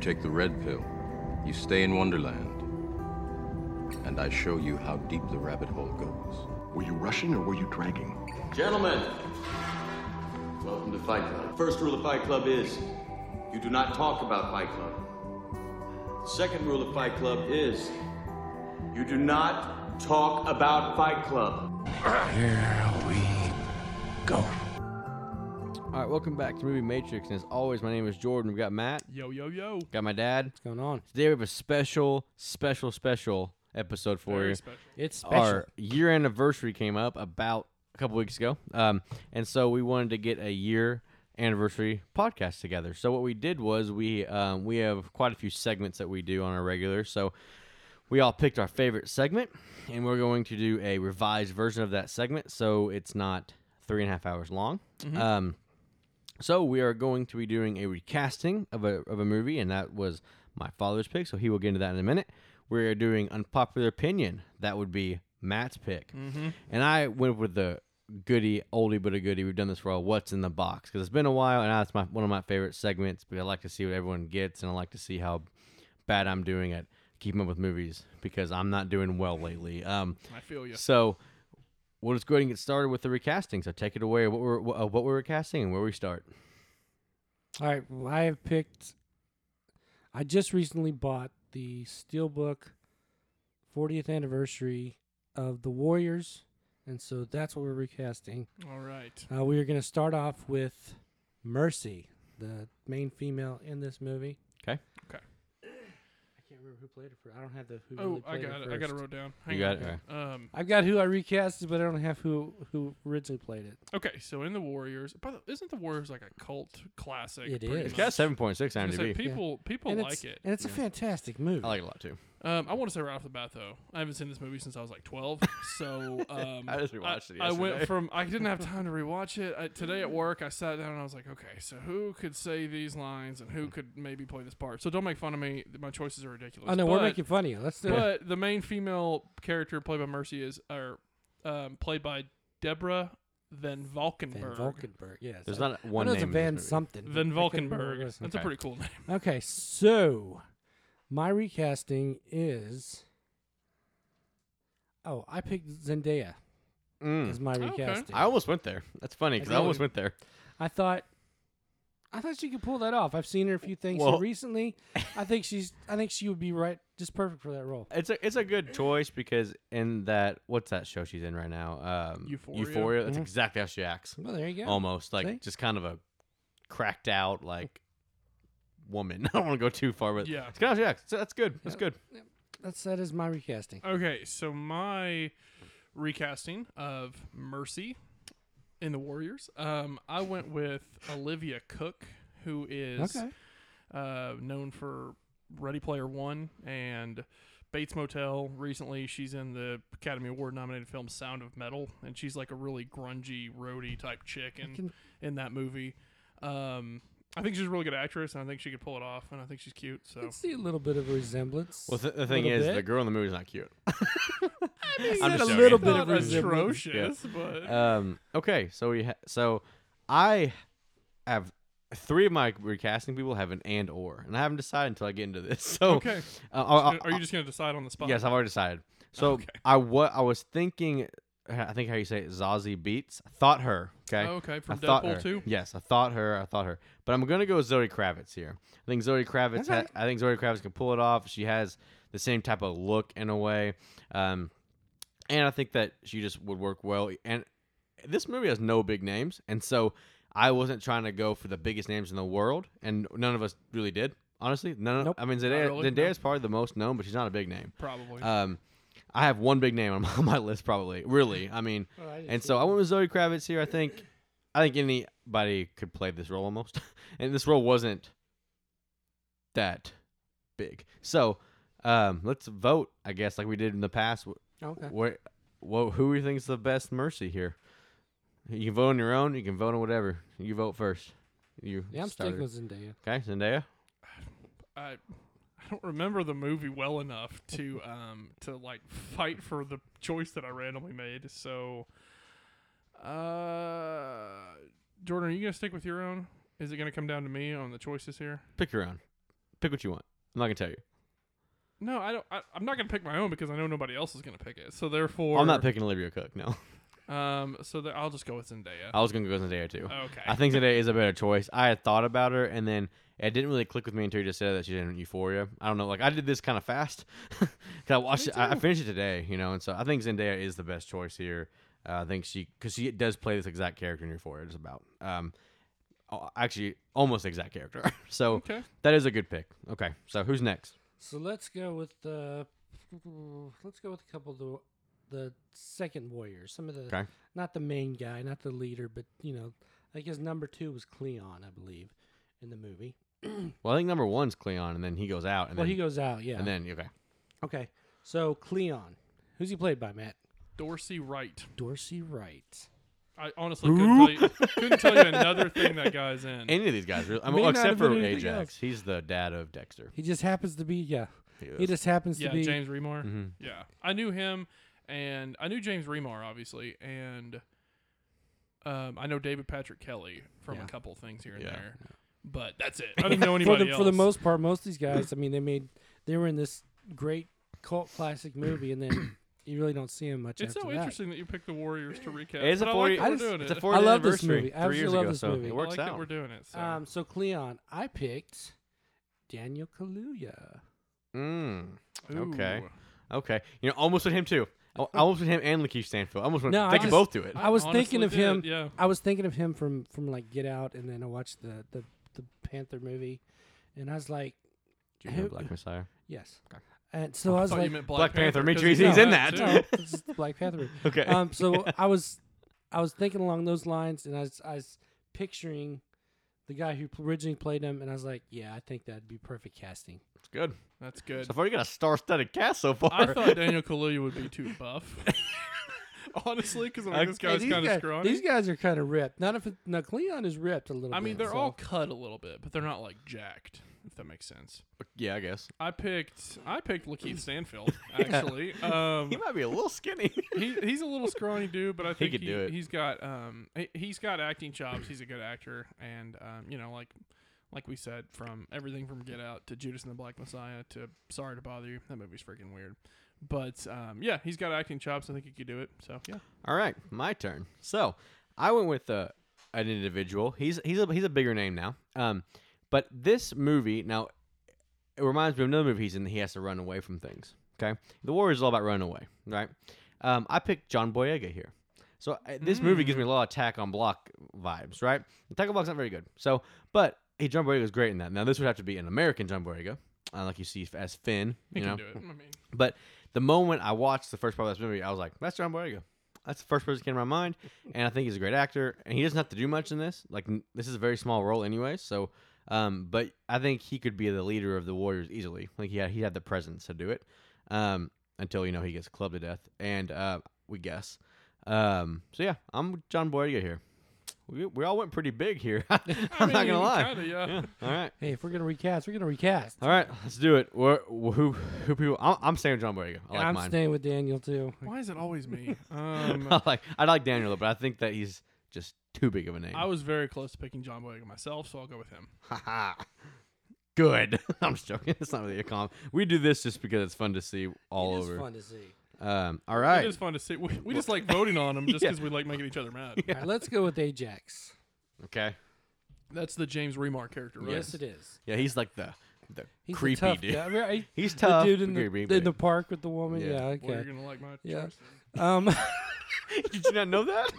take the red pill, you stay in Wonderland, and I show you how deep the rabbit hole goes. Were you rushing or were you dragging? Gentlemen, welcome to Fight Club. First rule of Fight Club is you do not talk about Fight Club. Second rule of Fight Club is you do not talk about Fight Club. Here we go. All right, welcome back to Movie Matrix. And as always, my name is Jordan. We've got Matt, Yo, yo, yo. got my dad. What's going on? Today we have a special, special, special episode for Very you. special. It's special. Our year anniversary came up about a couple weeks ago. Um, and so we wanted to get a year anniversary podcast together. So what we did was we um, we have quite a few segments that we do on our regular. So we all picked our favorite segment, and we're going to do a revised version of that segment, so it's not three and a half hours long. Um, so we are going to be doing a recasting of a of a movie, and that was my father's pick. So he will get into that in a minute. We are doing unpopular opinion. That would be Matt's pick, Mm-hmm. and I went with the goody oldie but a goodie. We've done this for a what's in the box because it's been a while, and that's my one of my favorite segments. Because I like to see what everyone gets, and I like to see how bad I'm doing at keeping up with movies because I'm not doing well lately. Um, I feel you. so we'll just go ahead and get started with the recasting. So take it away. What we're wh- uh, what we're recasting and where we start. All right. Well, I have picked. I just recently bought the Steelbook 40th anniversary of the Warriors, and so that's what we're recasting. All right. Uh, we are going to start off with Mercy, the main female in this movie. 'Kay. Okay. I can't remember who played her. For, I don't have the who. really Oh, I played her got it. I got it first. wrote down. You Hang on. got it. Alright. Um. I've got who I recasted, but I don't have who who originally played it. Okay. So in the Warriors, by the, isn't the Warriors like a cult classic? It pretty is. It's much? got seven point six I was gonna say, IMDb. people people and like it's, it. and it's a fantastic movie. I like it a lot too. Um, I want to say right off the bat though, I haven't seen this movie since I was like twelve. So um, I just rewatched it I went yesterday. from I didn't have time to rewatch it I, today at work. I sat down and I was like, okay, so who could say these lines and who could maybe play this part? So don't make fun of me. My choices are ridiculous. oh no, But- we're making fun of you. Let's do it. But the main female character played by Mercy is or um, played by Deborah Van Van Valkenburg. Valkenburg. Yes. There's I- not one I know it's name. a in this Van movie. something. but Van I couldn't remember what it Valkenburg. was. That's a Okay. pretty cool name. Okay, so my recasting is. Oh, I picked Zendaya Mm. as my Okay. recasting. I almost went there. That's funny because I I almost know. went there. I thought, I thought she could pull that off. I've seen her a few things here Well- recently. I think she's. I think she would be right, just perfect for that role. It's a it's a good choice because in that what's that show she's in right now? Um, Euphoria. That's exactly how she acts. Well, there you go. Almost like See? just kind of a cracked out like woman. I don't want to go too far, but Yeah. it's kind of how she acts. So that's good. That's good. That's that is my recasting. Okay, so my recasting of Mercy in the Warriors. Um, I went with Olivia Cook, who is Okay. uh, known for Ready Player One and Bates Motel. Recently, she's in the Academy Award nominated film Sound of Metal, and she's like a really grungy, roadie type chick in, can- in that movie. Um, I think she's a really good actress, and I think she could pull it off, and I think she's cute. So I can see a little bit of a resemblance. Well, th- the thing is, the girl in the movie is not cute. I'm Said just a joking. little bit bit of of resemblance. atrocious, but um, okay, so we ha- so I have three of my recasting people have an and or, and I haven't decided until I get into this. So Okay. uh, I- I- are you just gonna decide on the spot? yes, I've already decided. So Okay. I what I was thinking, I think how you say it, Zazie Beats. Thought her. Okay. Oh, okay, from I thought Deadpool her. 2? Yes, I thought her. I thought her. But I'm gonna go Zoe Kravitz here. I think Zoe Kravitz. Ha- I think Zoe Kravitz can pull it off. She has the same type of look in a way, um, and I think that she just would work well. And this movie has no big names, and so I wasn't trying to go for the biggest names in the world, and none of us really did. Honestly, none. Of, Nope. I mean, Zendaya, Not really, no. Zendaya's probably the most known, but she's not a big name. probably. Um, I have one big name on my, on my list, probably. Really, I mean, Oh, I didn't and see so I went with Zoe Kravitz here. I think, I think anybody could play this role almost, and this role wasn't that big. So, um, let's vote, I guess, like we did in the past. Okay. What, what, who we think's the best Mercy here? You can vote on your own. You can vote on whatever. You vote first. You Yeah, I'm started. sticking with Zendaya. okay, Zendaya. I I don't remember the movie well enough to um to like fight for the choice that I randomly made. So, uh, Jordan, are you gonna stick with your own? Is it gonna come down to me on the choices here? Pick your own. Pick what you want. I'm not gonna tell you. No, I don't. I, I'm not gonna pick my own because I know nobody else is gonna pick it. So therefore, I'm not picking Olivia Cook. No, Um, so there, I'll just go with Zendaya. I was gonna go with Zendaya too. Okay. I think Zendaya is a better choice. I had thought about her, and then it didn't really click with me until you just said that she's in Euphoria. I don't know. Like I did this kind of fast. 'Cause I watched. It, I, I finished it today, you know, and so I think Zendaya is the best choice here. Uh, I think she because she does play this exact character in Euphoria. It's about um, a- actually almost exact character. so Okay. that is a good pick. Okay, so who's next? So let's go with the let's go with a couple of the the second warriors. Some of the Okay. not the main guy, not the leader, but you know, I guess number two was Cleon, I believe, in the movie. Well, I think number one's Cleon, and then he goes out, and well, then he goes out, yeah. and then okay. okay, so Cleon, who's he played by, Matt? Dorsey Wright. Dorsey Wright. I honestly couldn't tell, you, couldn't tell you another thing that guy's in. Any of these guys, really. I May mean, not except have for been anything Ajax. else. He's the dad of Dexter. He just happens to be, yeah. He, is. just happens yeah, to be. James Remar. Mm-hmm. Yeah, I knew him, and I knew James Remar obviously, and um, I know David Patrick Kelly from Yeah. a couple things here and Yeah. there. But that's it. I didn't know for anybody the for the else. most part, most of these guys, I mean, they made they were in this great cult classic movie, and then you really don't see him much It's after so that. interesting that you picked the Warriors to recap. It's a but 40 I like that we're I just- doing It's a it. 40th I love this anniversary movie. I three years absolutely love ago, this so movie. it I works like that out. we're doing it. So. Um, so Cleon, I picked Daniel Kaluuya. Mm, okay. Ooh. Okay. You know, almost with him too. I I almost with him and Lakeith Stanfield. I almost went. No, they I could just- both do it. I was thinking honestly of him. did, yeah. I was thinking of him from from like Get Out, and then I watched the the, the Panther movie, and I was like, Do you know who- Black Messiah? yes. And so I was Thought like, Oh, you meant Black Panther, me 'cause too, he's he's in that. too. no, it's just the Black Panther. movie. Okay. Um, so I was I was thinking along those lines, and I was I was picturing the guy who originally played him, and I was like, yeah, I think that'd be perfect casting. It's good. That's good. So far, you got a star-studded cast so far. I thought Daniel Kaluuya would be too buff. Honestly, because I'm like, this Hey, guy's these kind of guys- scrawny. These guys are kind of ripped. Not if it, now Cleon is ripped a little. I mean, bit, they're all so- cut a little bit, but they're not like jacked. If that makes sense. yeah, I guess I picked I picked Lakeith Stanfield actually. Um, he might be a little skinny. he, he's a little scrawny dude, but I think he could do it. He's got um he, he's got acting chops. He's a good actor, and um you know like like we said from everything from Get Out to Judas and the Black Messiah to Sorry to Bother You. That movie's freaking weird, but um yeah, he's got acting chops. I think he could do it. So yeah, All right, my turn. So I went with uh, an individual. He's he's a he's a bigger name now. Um, but this movie now it reminds me of another movie he's in. that He has to run away from things. Okay, The Warriors is all about running away, right? Um, I picked John Boyega here. So uh, this movie gives me a lot of attack on block vibes, right? Attack on block's not very good. So, but hey, John Boyega is great in that. Now this would have to be an American John Boyega, uh, like you see as Finn. he you can know, do it. I mean, but the moment I watched the first part of this movie, I was like, that's John Boyega. That's the first person that came to my mind. And I think he's a great actor. And he doesn't have to do much in this. Like, n- this is a very small role anyway. So, um, but I think he could be the leader of the Warriors easily. Like, he had, he had the presence to do it um, until, you know, he gets clubbed to death. And uh, we guess. Um, so, yeah, I'm John Boyega here. We, we all went pretty big here. I'm not going to lie. Kinda, yeah. Yeah. All right. Hey, if we're gonna recast, we're gonna recast. All right. Let's do it. We're, who, who people? I'm, I'm staying with John Boyega. I like I'm mine. staying with Daniel too. Why is it always me? Um, I like I like Daniel, but I think that he's just too big of a name. I was very close to picking John Boyega myself, so I'll go with him. Good. I'm just joking. It's not really a comp. We do this just because it's fun to see all It's over. fun to see. Um, all It right. is fun to see. We, we just like voting on him just Yeah. because we like making each other mad. All right, let's go with Ajax. Okay. That's the James Remar character, right? Yes, it is. Yeah, he's like the the He's a creepy tough dude. guy, right? He's The tough. dude in the, creepy, in the but- park with the woman. Yeah. Yeah, Well, you're okay. gonna like my Yeah. choice. Um, did you not know that?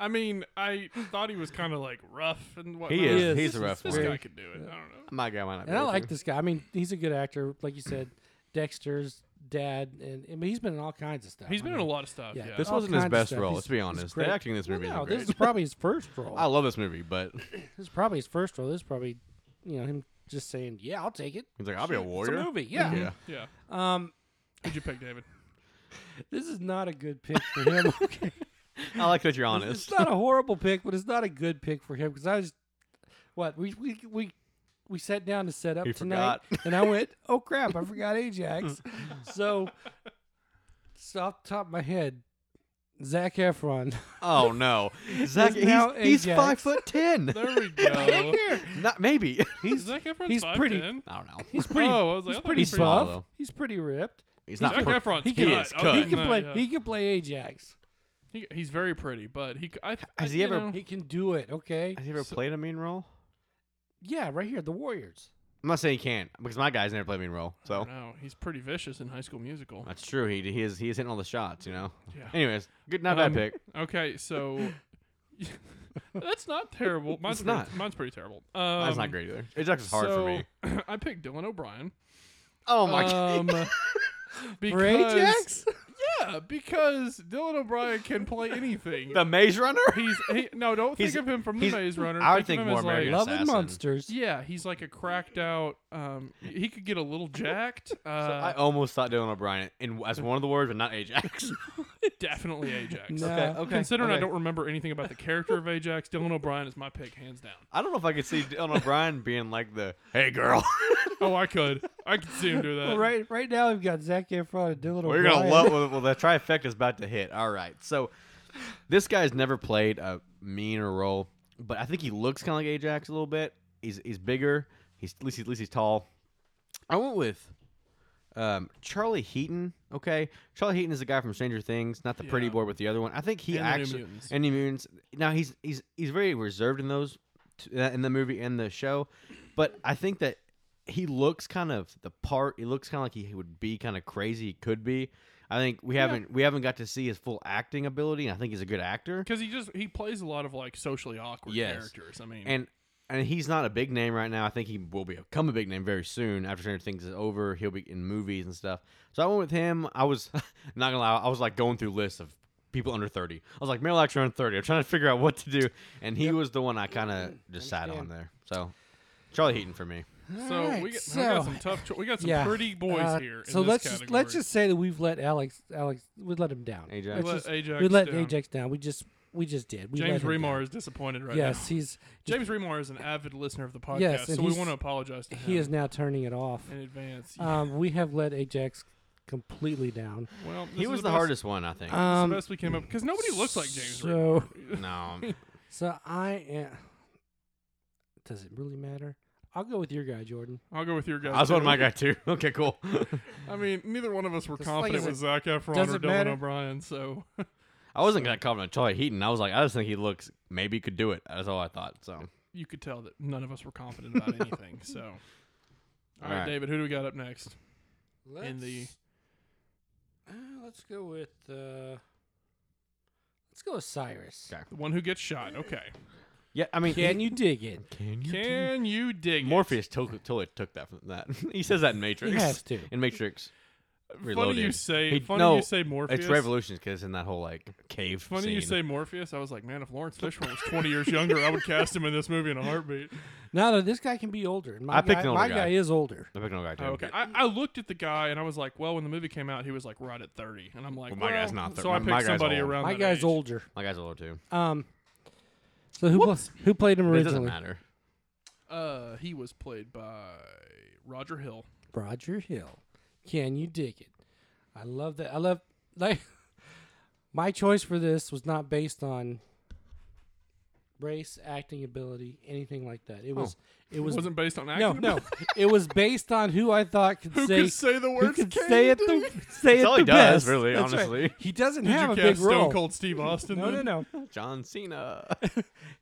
I mean, I thought he was kind of like rough and whatnot. he is. is. He's a rough This one. guy could do it. I don't know. My guy might not. be and I with like you. this guy. I mean, he's a good actor, like you said. Dexter's dad, and I mean, he's been in all kinds of stuff. He's I been in mean, a lot of stuff. Yeah. yeah. This all wasn't his kinds of best stuff. role. He's- let's be he's honest. great. The acting in this Well, movie no, isn't great. this is probably his first role. I love this movie, but this is probably his first role. This is probably, you know, him just saying, "Yeah, I'll take it." he's like, I'll be a It's a warrior. movie. Yeah. Yeah. Yeah. Um, Who'd you pick, David? this is not a good pick for him. okay. I like that you're It's honest. not a horrible pick, but it's not a good pick for him because I was, what we we we. We sat down to set up He tonight, and I went, "Oh crap! I forgot Ajax." so, so off the top of my head, Zach Efron. Oh no, Zach, Look he's, now, he's Ajax. five foot ten. There we go. Not maybe. he's Zac Efron's he's pretty- 5'10"? I don't know. He's pretty. Oh, I was like, I he's thought pretty he was pretty buff. tall, though. he's pretty ripped. He's Zac not. per- Efron's he cut. is I was cut. He like, can no, play. yeah. He can play Ajax. He, he's very pretty, but he. c- I, I- Has he you ever- know, He can do it. Okay. Has he ever played a mean role? Yeah, right here, the Warriors. I'm not saying he can't because my guy's never played a mean role. So No, he's pretty vicious in High School Musical. that's true. He he is he is hitting all the shots. You know. Yeah. Anyways, good. Not bad Um, pick. Okay, so that's not terrible. Mine's It's pretty, not. Mine's pretty terrible. That's Um, not great either. Ajax is hard for me. so, I picked Dylan O'Brien. Oh my god. Um, because Ajax? yeah, because Dylan O'Brien can play anything. The Maze Runner. he's he, no, don't He's- think of him from the he's- Maze Runner. I would think of him more as, like, American Love and Assassin. Monsters. Yeah, he's like a cracked out. Um, he could get a little jacked. Uh, I almost thought Dylan O'Brien in, as one of the words, but not Ajax. definitely Ajax. No. Considering I okay. don't remember anything about the character of Ajax, Dylan O'Brien is my pick, hands down. I don't know if I could see Dylan O'Brien being like the hey girl. Oh, I could. I could see him do that. Well, right, right now we've got Zach Efron and Dylan We're O'Brien. gonna love. Well, well, the trifecta is about to hit. All right, so this guy's never played a meaner role, but I think he looks kind of like Ajax a little bit. He's he's bigger. He's at least at least he's tall. I went with um, Charlie Heaton. Okay, Charlie Heaton is the guy from Stranger Things, not the pretty Yeah. boy with the other one. I think he And the New actually Mutants. and New Mutants. Now he's he's he's very reserved in those t- uh, in the movie and the show, but I think that he looks kind of the part. He looks kind of like he would be kind of crazy. He could be. I think we haven't we haven't got to see his full acting ability. And I think he's a good actor. Because he just he plays a lot of like socially awkward Yes. characters. I mean, And and he's not a big name right now. I think he will become a big name very soon after Stranger Things is over. He'll be in movies and stuff. So I went with him. I was not gonna lie. I was like going through lists of people under thirty. I was like male actor under thirty. I'm trying to figure out what to do. And he was the one I kind of just sat on Understand. there. So Charlie Heaton for me. so we, got, Alright, we got so- some tough. Cho- we got some Yeah. pretty boys Uh, here. in So this let's just, let's category. just say that we've let Alex Alex we let him down. Ajax. Let's We let just- Ajax we let down. Ajax down. We just we just did. We James let him Remar down. is disappointed right Yes, now. he's James Remar is an avid listener of the podcast, Yes, and so we he's- want to apologize to him. he is now turning it off. in advance. Um, we have let Ajax completely down. well, this He is was the, the best- hardest one, I this think. is Um, the best we came up because nobody looks like James so, Remar. no, So I am. Does it really matter? I'll go with your guy, Jordan. I'll go with your guy. I was one of too. my guy too. Okay, cool. I mean, neither one of us were Just like confident is it- with Zach Efron does or it Dylan matter? O'Brien, so I wasn't that confident on Charlie Heaton. I was like, I just think he looks maybe could do it. That's all I thought. So you could tell that none of us were confident about anything. So, all right, Alright. David, who do we got up next? Let's, In the- uh, let's go with uh, let's go with Cyrus. Okay. The one who gets shot. Okay, yeah, I mean, Can you dig it? Can you? can you dig? it? Morpheus to- totally took that from that. he says that in Matrix. has to. In Matrix. Funny you Reloaded. say. He- funny no, you say Morpheus. It's Revolutions because in that whole like cave. Funny you scene. say Morpheus. I was like, man, if Lawrence Fishburne was 20 years younger, I would cast him in this movie in a heartbeat. No, no, this guy can be older. My I picked guy, an older my guy. guy is older. I'm picking on guy too. Oh, okay, I, I looked at the guy and I was like, well, when the movie came out, he was like right at 30, and I'm like, Well, my guy's well, not thir- So I my- picked my guy's somebody old. around. My that guy's age. older. My guy's a little too. Um, so who pl- who played him But It doesn't originally? matter. Uh, he was played by Roger Hill. Roger Hill. Can you dig it? I love that. I love like my choice for this was not based on race, acting ability, anything like that. It Oh. was it It was wasn't based on no acting. no. it was based on who I thought could Who say could say the who words? could "Can say you it dig the it?" say That's it all the he does, best. really, That's right. honestly. He doesn't Did have you a cast big Stone role. Cold Steve Austin? No no then? no. John Cena.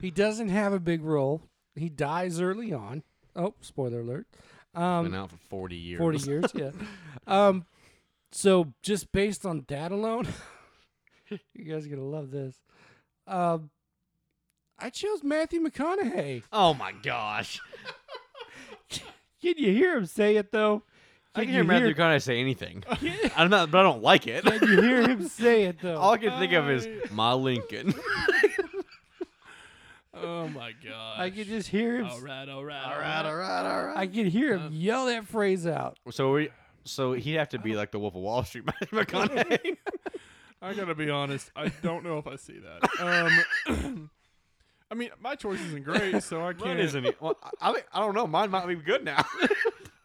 He doesn't have a big role. He dies early on. Oh, spoiler alert. Um, Been out for 40 years. 40 years yeah um so just based on that alone you guys are gonna love this um i chose matthew mcconaughey Oh my gosh. can you hear him say it though I can hear Matthew McConaughey say anything. I'm not, but I don't like it. can you hear him say it though All I can think of is my Lincoln. Oh my god. i can just hear him All right, all right, all right, all right, all right. i can hear him yell that phrase out So we, so he'd have to be like the Wolf of Wall Street, Matthew McConaughey. I gotta be honest. I don't know if I see that. Um, I mean, my choice isn't great, so I can't. Mine isn't. e- Well, I, I mean, I don't know. Mine might be good now.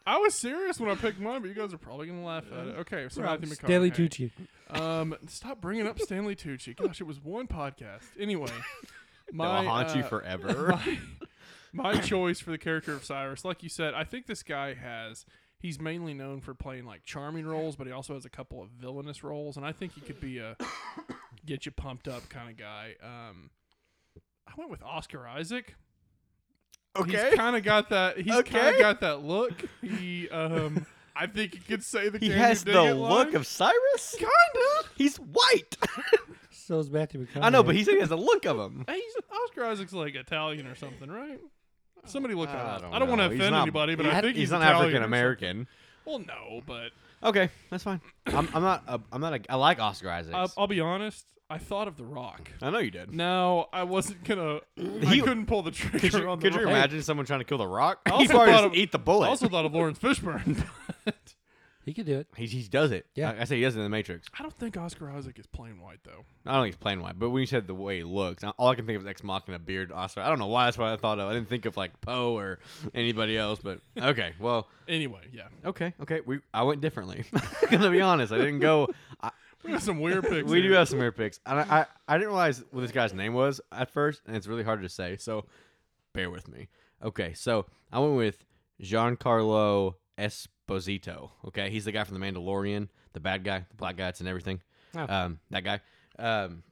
I was serious when I picked mine, but you guys are probably gonna laugh at it. Okay, so Matthew McConaughey. Stanley Tucci. Um, stop bringing up Stanley Tucci. Gosh, it was one podcast. Anyway, I'll my haunt you uh, forever. my choice for the character of Cyrus, like you said, I think this guy has. He's mainly known for playing like charming roles, but he also has a couple of villainous roles, and I think he could be a get you pumped up kind of guy. Um, I went with Oscar Isaac. Okay. He's kind of got that. He's kind Okay. of got that look. He, um, I think he could say the. He "Can you has dig the it" look line. of Cyrus. Kinda. He's white. So is Matthew McConaughey. I know, but he still has the look of him. Hey, he's, Oscar Isaac's like Italian or something, right? Somebody look that I up. don't I don't want to know. He's offend not- anybody, but he I had- think he's, he's not Italian or African American. something. Well, no, but Okay, that's fine. I'm, I'm not. A, I'm not. A, I like Oscar Isaacs. I, I'll be honest. I thought of The Rock. I know you did. No, I wasn't gonna. I He- couldn't pull the trigger Could you, on The could you Rock. imagine someone trying to kill the Rock? I He also probably thought just of- eat the I bullet. also thought of Lawrence Fishburne. but he could do it. he, he does it. Yeah. I, I say he does it in the Matrix. I don't think Oscar Isaac is plain white though. I don't think he's plain white, but when you said the way he looks, I- all I can think of is Ex Machina beard. Oscar. I don't know why that's what I thought of. I didn't think of like Poe or anybody else. But okay, well, Anyway, yeah, okay, okay. We I went differently. Gonna be honest, I didn't go. I, we have some weird picks. we do here. have some air picks. And I, I, I didn't realize what this guy's name was at first, and it's really hard to say, so bear with me. Okay, so I went with Giancarlo Esposito. Okay, he's the guy from The Mandalorian, the bad guy, the black guy that's in everything. Oh. Um, that guy. Um,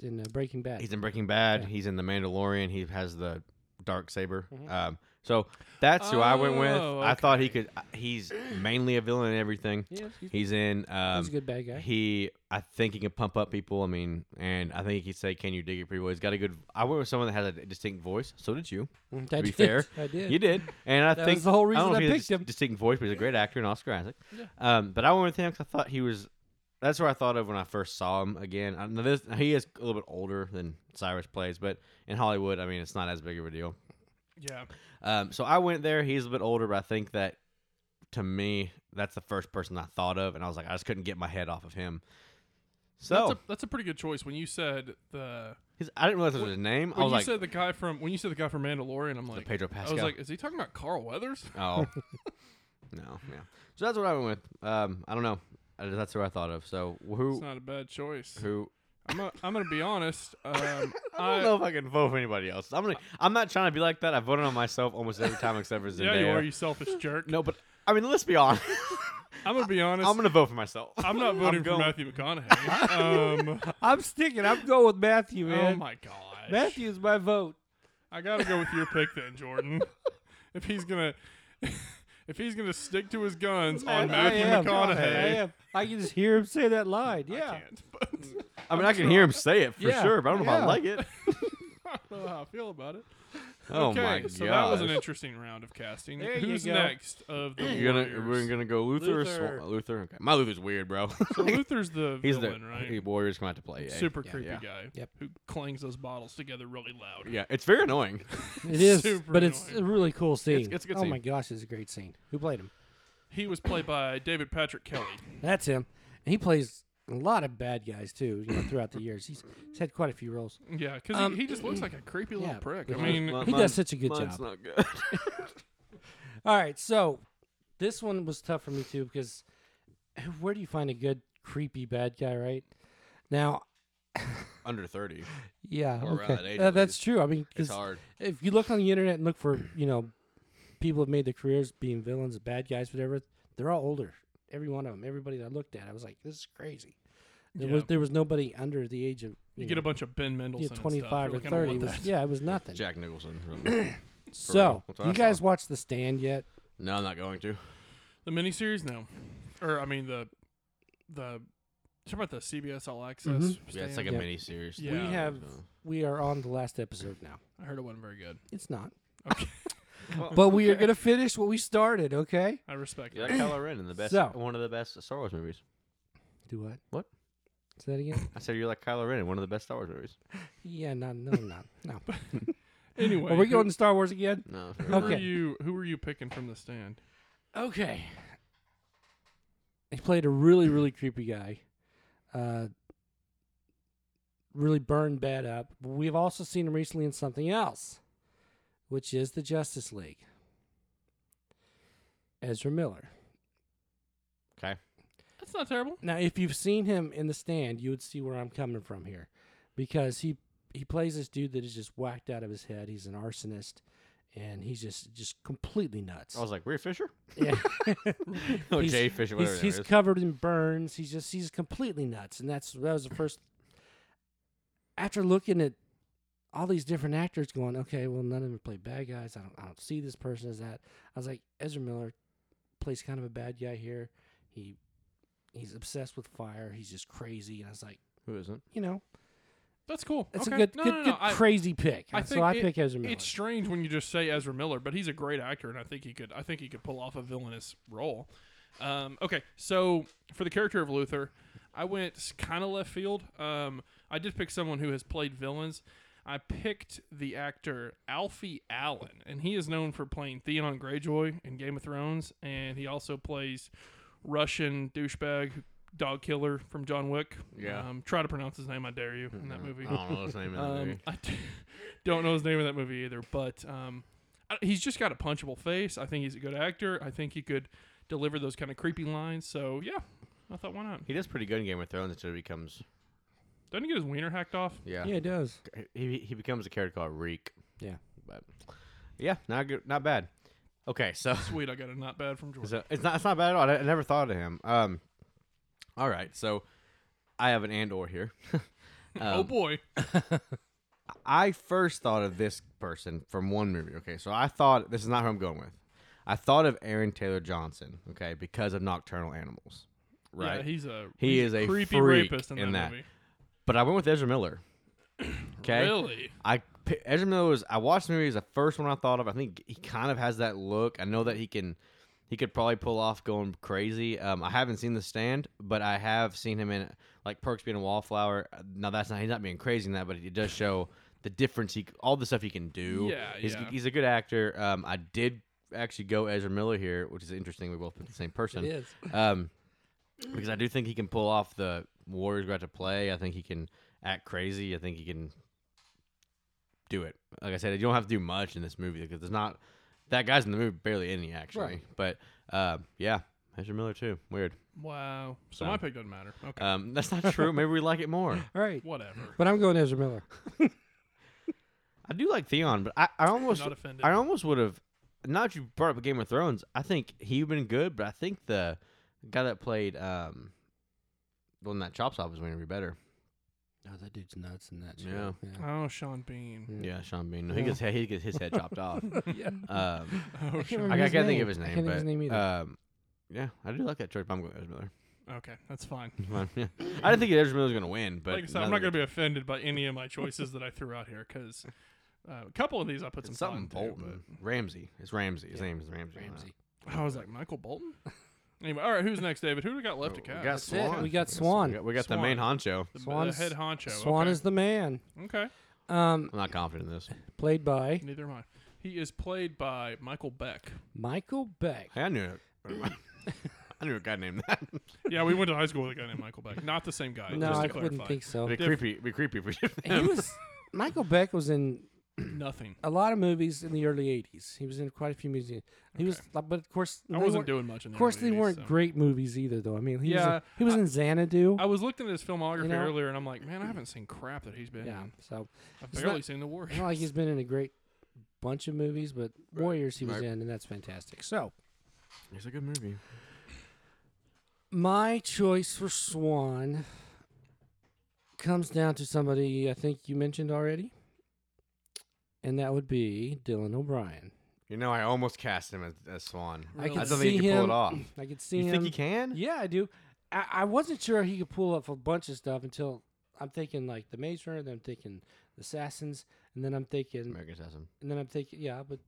In uh, Breaking Bad. he's in Breaking Bad. Yeah. He's in The Mandalorian. He has the dark saber. Mm-hmm. Um, so that's who I went with. Oh, I thought he could. uh, He's mainly a villain in everything. Yeah, he's- he's in. Um, a good bad guy. He, I think he can pump up people. I mean, and I think he could say, "Can you dig it?" Pretty well. He's got a good. I went with someone that has a distinct voice. So did you? Mm, I to be did. fair, I did. You did, and I That think was the whole reason don't know I if he has a picked dis- him. Distinct voice, but he's a great actor, and Oscar Isaac. Um, but I went with him because I thought he was. That's what I thought of when I first saw him again. I know this, he is a little bit older than Cyrus plays, but in Hollywood, I mean, it's not as big of a deal. Yeah, Um, so I went there. He's a bit older, but I think that to me, that's the first person I thought of, and I was like, I just couldn't get my head off of him. that's So a, that's a pretty good choice. When you said the his, I didn't realize it was his name. I when was you like, said the guy from when you said the guy from Mandalorian, I'm like Pedro I was Pascal. like, is he talking about Carl Weathers? oh, no, yeah. So that's what I went with. Um, I don't know. I- That's who I thought of. So It's who, not a bad choice. who? I'm, a, I'm gonna be honest. Um, I don't know if I can vote for anybody else. I'm gonna. I'm not trying to be like that. I voted on myself almost every time except for Yeah, Zendaya. you are, you selfish jerk. No, but I mean, let's be honest. I'm gonna be honest. I'm gonna vote for myself. I'm not voting for going- Matthew McConaughey. um, I'm sticking. I'm going with Matthew, oh man. my gosh. Matthew's my vote. I gotta go with your pick then, Jordan. if he's gonna, if he's gonna stick to his guns on Matthew I am. I McConaughey, am. I can just hear him say that line. Yeah. can't. But I mean, I can hear him say it for Yeah, sure, but I don't know if I yeah. like it. I don't know how I feel about it. Oh okay, my god! so that was an interesting round of casting. There you Who's go. next of the You're gonna Warriors? we're gonna go Luther. Or Luther. Swa- Luther. Okay. My Luther's weird, bro. So Luther's the He's the villain, right? he- Warriors come out to play. Yeah. Super yeah, creepy yeah. guy Yep. who clangs those bottles together really loud. Yeah, it's very annoying. It is, Super but it's a annoying. really cool scene. it's a good oh scene. my gosh, it's a great scene. Who played him? He was played by David Patrick Kelly. That's him. And he plays a lot of bad guys too. You know, throughout the years, he's, he's had quite a few roles. Yeah, because he, he just looks like a creepy little Um, yeah, prick. I but he- mean, Mine- He does mine's- such a good mine's job. not good. All right, so this one was tough for me too because where do you find a good creepy bad guy? Right now, Under thirty, yeah, Or around okay, that age, Uh, at that's least. true. I mean, it's 'cause hard. if you look on the internet and look for you know people have made their careers being villains bad guys whatever they're all older every one of them everybody that i looked at i was like this is crazy there, Yeah. was, there was nobody under the age of you you get know, a bunch of Ben Mendelsohn, yeah, and stuff. 25 You're or like, I don't 30 want was- that. yeah it was nothing Jack Nicholson. so real. That's what I you saw. guys watched the stand yet no, I'm not going to. The miniseries, no, or I mean the the you talking about the CBS All Access. Yeah, it's like a Mm-hmm. Yeah. mini series. Yeah. we have we are on the last episode now I heard it wasn't very good. it's not Okay. but we are gonna finish what we started okay I respect Yeah, it. Kylo Ren in the best, So- one of the best Star Wars movies. do what What? say that again I said you're like Kylo Ren in one of the best Star Wars movies. yeah no no I'm not no Anyway, are we who- going to star wars again No. Who were Okay. you? Who were you picking from the stand? Okay. He played a really, really creepy guy. Uh, really burned bad up. But we've also seen him recently in something else, which is the Justice League. Ezra Miller. Okay. That's not terrible. Now, if you've seen him in the stand, you would see where I'm coming from here, because he he plays this dude that is just whacked out of his head. He's an arsonist, and he's just just completely nuts. I was like, Ray Fisher? yeah. Oh, He's- Jay Fisher, whatever He's, that he's is. covered in burns. He's just he's completely nuts, and that's that was the first. After looking at all these different actors, going, okay, well, none of them play bad guys. I don't, I don't see this person as that. I was like, Ezra Miller plays kind of a bad guy here. He he's obsessed with fire. He's just crazy, and I was like, Who isn't? you know, That's cool. that's okay. a good no, good, no, no, good I- crazy pick. I so think I it- pick Ezra Miller. It's strange when you just say Ezra Miller, but he's a great actor, and I think he could. I think he could pull off a villainous role. Um, okay, so for the character of Luther, I went kind of left field. Um, I did pick someone who has played villains. I picked the actor Alfie Allen, and he is known for playing Theon Greyjoy in Game of Thrones, and he also plays Russian douchebag dog killer from John Wick. Yeah. Mm-hmm. um, try to pronounce his name, I dare you, in that movie. I don't know his name. in the Um, movie. I d- don't know his name in that movie either, but um, I- he's just got a punchable face. I think he's a good actor. I think he could deliver those kind of creepy lines. So yeah, I thought why not? He does pretty good in Game of Thrones until he becomes. Doesn't he get his wiener hacked off? Yeah. yeah, it does. He, he becomes a character called Reek. Yeah. But yeah, not good, not bad. Okay, so Sweet, I got a not bad from George. So it's not it's not bad at all. I, I never thought of him. Um, all right, so I have an and or here. oh boy, I first thought of this person from one movie. Okay, so I thought this is not who I'm going with. I thought of Aaron Taylor Johnson. Okay, because of Nocturnal Animals. Right. Yeah, he's a He he's is a creepy freak rapist in, in that, that. movie. but I went with Ezra Miller. Okay. Really? I pi- Ezra Miller was I watched the movie. It was the first one I thought of. I think he kind of has that look. I know that he can he could probably pull off going crazy. Um, I haven't seen The Stand, but I have seen him in like Perks being a wallflower. Now that's not he's not being crazy in that, but it does show the difference. He all the stuff he can do. Yeah, he's, yeah. he's a good actor. Um, I did actually go Ezra Miller here, which is interesting. We both picked the same person. It is. Um, because I do think he can pull off the Warriors got to play. I think he can act crazy. I think he can do it. Like I said, you don't have to do much in this movie because there's not that guy's in the movie barely any actually. But uh, yeah, Ezra Miller too. Weird. Wow. So, So- my pick doesn't matter. Okay, Um, that's not true. Maybe we like it more. All right, whatever. but I'm going Ezra Miller. I do like Theon, but I, I almost Not offended. I almost would have. Not that you brought up Game of Thrones. I think he'd been good, but I think the guy that played um, the one that chops off his wiener would be better. No, Oh, that dude's nuts and that. show. Yeah. Oh, Sean Bean. Yeah, Sean Bean. No, He gets he gets his head chopped off. yeah. Um, Oh, can't Sean. I, remember I his can't think of name. his I name, can't think but of his name either. um, yeah, I do like that choice. But I'm going Ezra Miller. Okay, that's fine. Fine, yeah. I didn't think Ezra Miller was going to win, but like I said, I'm not going to be offended by any of my choices that I threw out here because uh, a couple of these I put some thought something into, Bolton. Ramsey. It's Ramsey. His name is Ramsey. Ramsey. but I was like Michael Bolton. Anyway, all right, who's next, David? Who do we got left to We cast? got it. Swan. We Oh, got We Swan. got, we got the main honcho. the, Swan the is- head honcho. Swan okay. is the man, okay. um, I'm not confident in this. played by Neither am I. He is played by Michael Beck. Michael Beck. Hey, I knew it. I knew a guy named that. Yeah, we went to high school with a guy named Michael Beck. Not the same guy. No, just I to wouldn't clarify. think so. It'd be creepy. It'd be creepy if we did He him. was Michael Beck was in Nothing. a lot of movies in the early '80s. He was in quite a few movies. He was, but of course, I they wasn't weren't- doing much in the Of course, early they 80s, weren't so. great movies either, though. I mean, he was Yeah, in, he was I- in Xanadu. I was looking at his filmography You know? earlier, and I'm like, man, I haven't seen crap that he's been. yeah, in. so I've It's barely not- seen The it's Warriors. not like he's been in a great bunch of movies, but Warriors he was Right. in, and that's fantastic. So It's a good movie. my choice for Swan comes down to somebody I think you mentioned already, and that would be Dylan O'Brien. You know, I almost cast him as, as Swan. I could I don't see think he can him. pull it off. I could see You him. think he can? Yeah, I do. I, I wasn't sure he could pull up a bunch of stuff until I'm thinking like the Maze Runner, then I'm thinking the Assassins, and then I'm thinking, American Assassin. and then I'm thinking, yeah, but,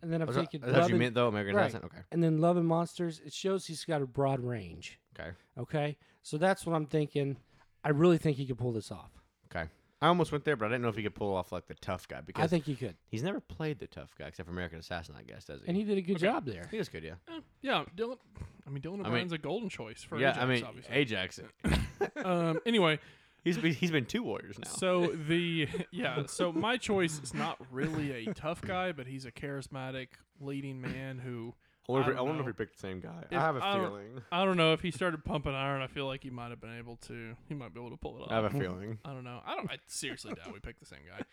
and then I'm Was that- thinking, is that what Love you and- meant though, American right. Assassin? Okay. and then Love and Monsters. It shows he's got a broad range. Okay. Okay, so that's what I'm thinking. I really think he could pull this off. Okay. I almost went there, but I didn't know if he could pull off like the tough guy because I think he could, he's never played the tough guy except for American Assassin, I guess, does he? and he did a good job there. he is good, yeah. Eh, yeah, Dylan. I mean, Dylan O'Brien's a golden choice for yeah, Ajax, I mean obviously. Ajax. Um, anyway, he's been, he's been two warriors now. so the yeah, so my choice is not really a tough guy, but he's a charismatic leading man who wonder, if, I I don't wonder know. if we picked the same guy. If- I have a I don't- feeling. I don't know if he started pumping iron. I feel like he might have been able to. He might be able to pull it off. I have a feeling. I don't know. I don't. I seriously doubt we picked the same guy.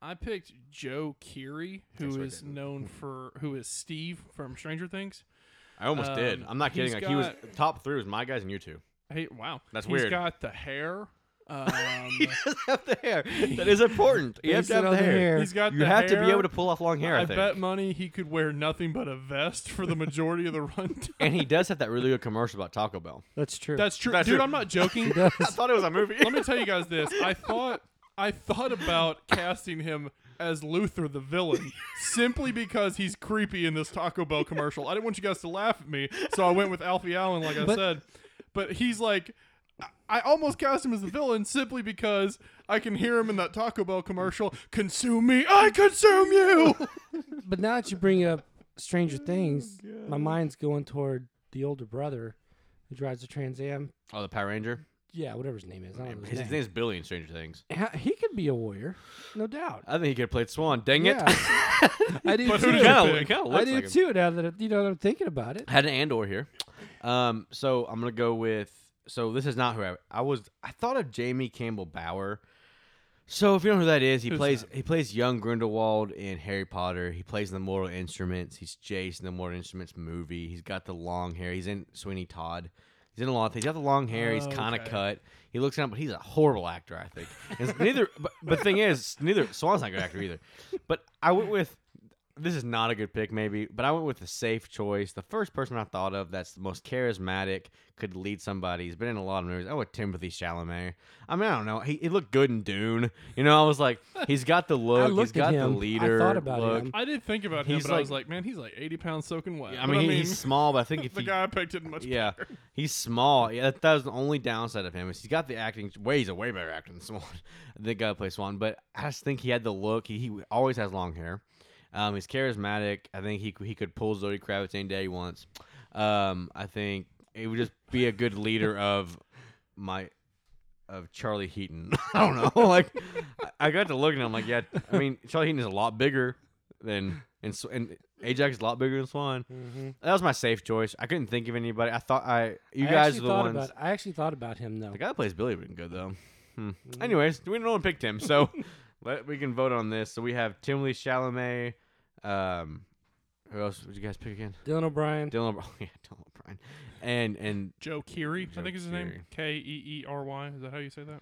I picked Joe Keery, Guess who we is didn't. known for who is Steve from Stranger Things. I almost did. Um, I'm not kidding. he's Like he was got- top three was my guys and you two. Hey, wow, That's He's weird. got the hair. Um, He does have the hair. That is important. You have to Based it have the on the hair. hair. he's got. You the have to be hair. able to pull off long hair. I, I, think. bet money he could wear nothing but a vest for the majority of the run. and he does have that really good commercial about Taco Bell. That's true. That's true, That's dude. true. I'm not joking. I thought it was a movie. Let me tell you guys this. I thought I thought about casting him as Luther the villain simply because he's creepy in this Taco Bell commercial. I didn't want you guys to laugh at me, so I went with Alfie Allen, like I But- said. But he's like. I- I almost cast him as the villain simply because I can hear him in that Taco Bell commercial. Consume me, I consume you. but now that you bring up Stranger Oh, Things, my mind's going toward the older brother who drives a Trans Am. oh, the Power Ranger. Yeah, whatever his name is. I don't know His, his his name. name's Billy in Stranger Things. Ha- He could be a warrior, no doubt. I think he could have played Swan. Dang it! Yeah. I do But who too. did you Kinda- pick? it kinda I looks do like him. too. Now that you know what I'm thinking about it. Had an Andor here. Um, so I'm gonna go with. So this is not who I, I was. I thought of Jamie Campbell Bauer. So if you know who that is, he plays he plays young Grindelwald in Harry Potter. He plays in the Mortal Instruments. He's Jace in the Mortal Instruments movie. He's got the long hair. He's in Sweeney Todd. He's in a lot of things. He's got the long hair. He's Oh, kind of okay. cut. He looks up, but he's a horrible actor. I think. And it's neither. But, but thing is, neither Swan's not a good actor either. But I went with. This is not a good pick, maybe, but I went with the safe choice. The first person I thought of that's the most charismatic, could lead somebody. He's been in a lot of movies. I went Timothy Chalamet. I mean, I don't know. He, he looked good in Dune. You know, I was like, he's got the look. he's looked at got him. the I leader. thought about look. him. I did think about him, He's but I was like- like, man, he's like 80 pounds soaking wet. I But mean, he- he's small, but I think if the he, guy I picked didn't much. yeah, he's small. Yeah, that, that was the only downside of him. Is he's got the acting. Way he's a way better actor than Swan. the guy who plays Swan, but I just think he had the look. He, he always has long hair. Um, he's charismatic. I think he he could pull Zoe Kravitz any day he wants. Um, I think it would just be a good leader of my of Charlie Heaton. I don't know. Like I- I got to look and I'm like, yeah. I mean, Charlie Heaton is a lot bigger than and Sw- and Ajax is a lot bigger than Swan. Mm-hmm. That was my safe choice. I couldn't think of anybody. I thought I you I guys actually are the thought ones. About, I actually thought about him though. The guy that plays Billy would been good though. Hmm. Mm-hmm. Anyways, we no one picked him, so let, we can vote on this. So we have Timothy Chalamet. Um, who else would you guys pick again? Dylan O'Brien. Dylan O'Brien. Yeah, Dylan O'Brien. And and Joe Keery, I Joe think is his name. Keery. K E E R Y. Is that how you say that?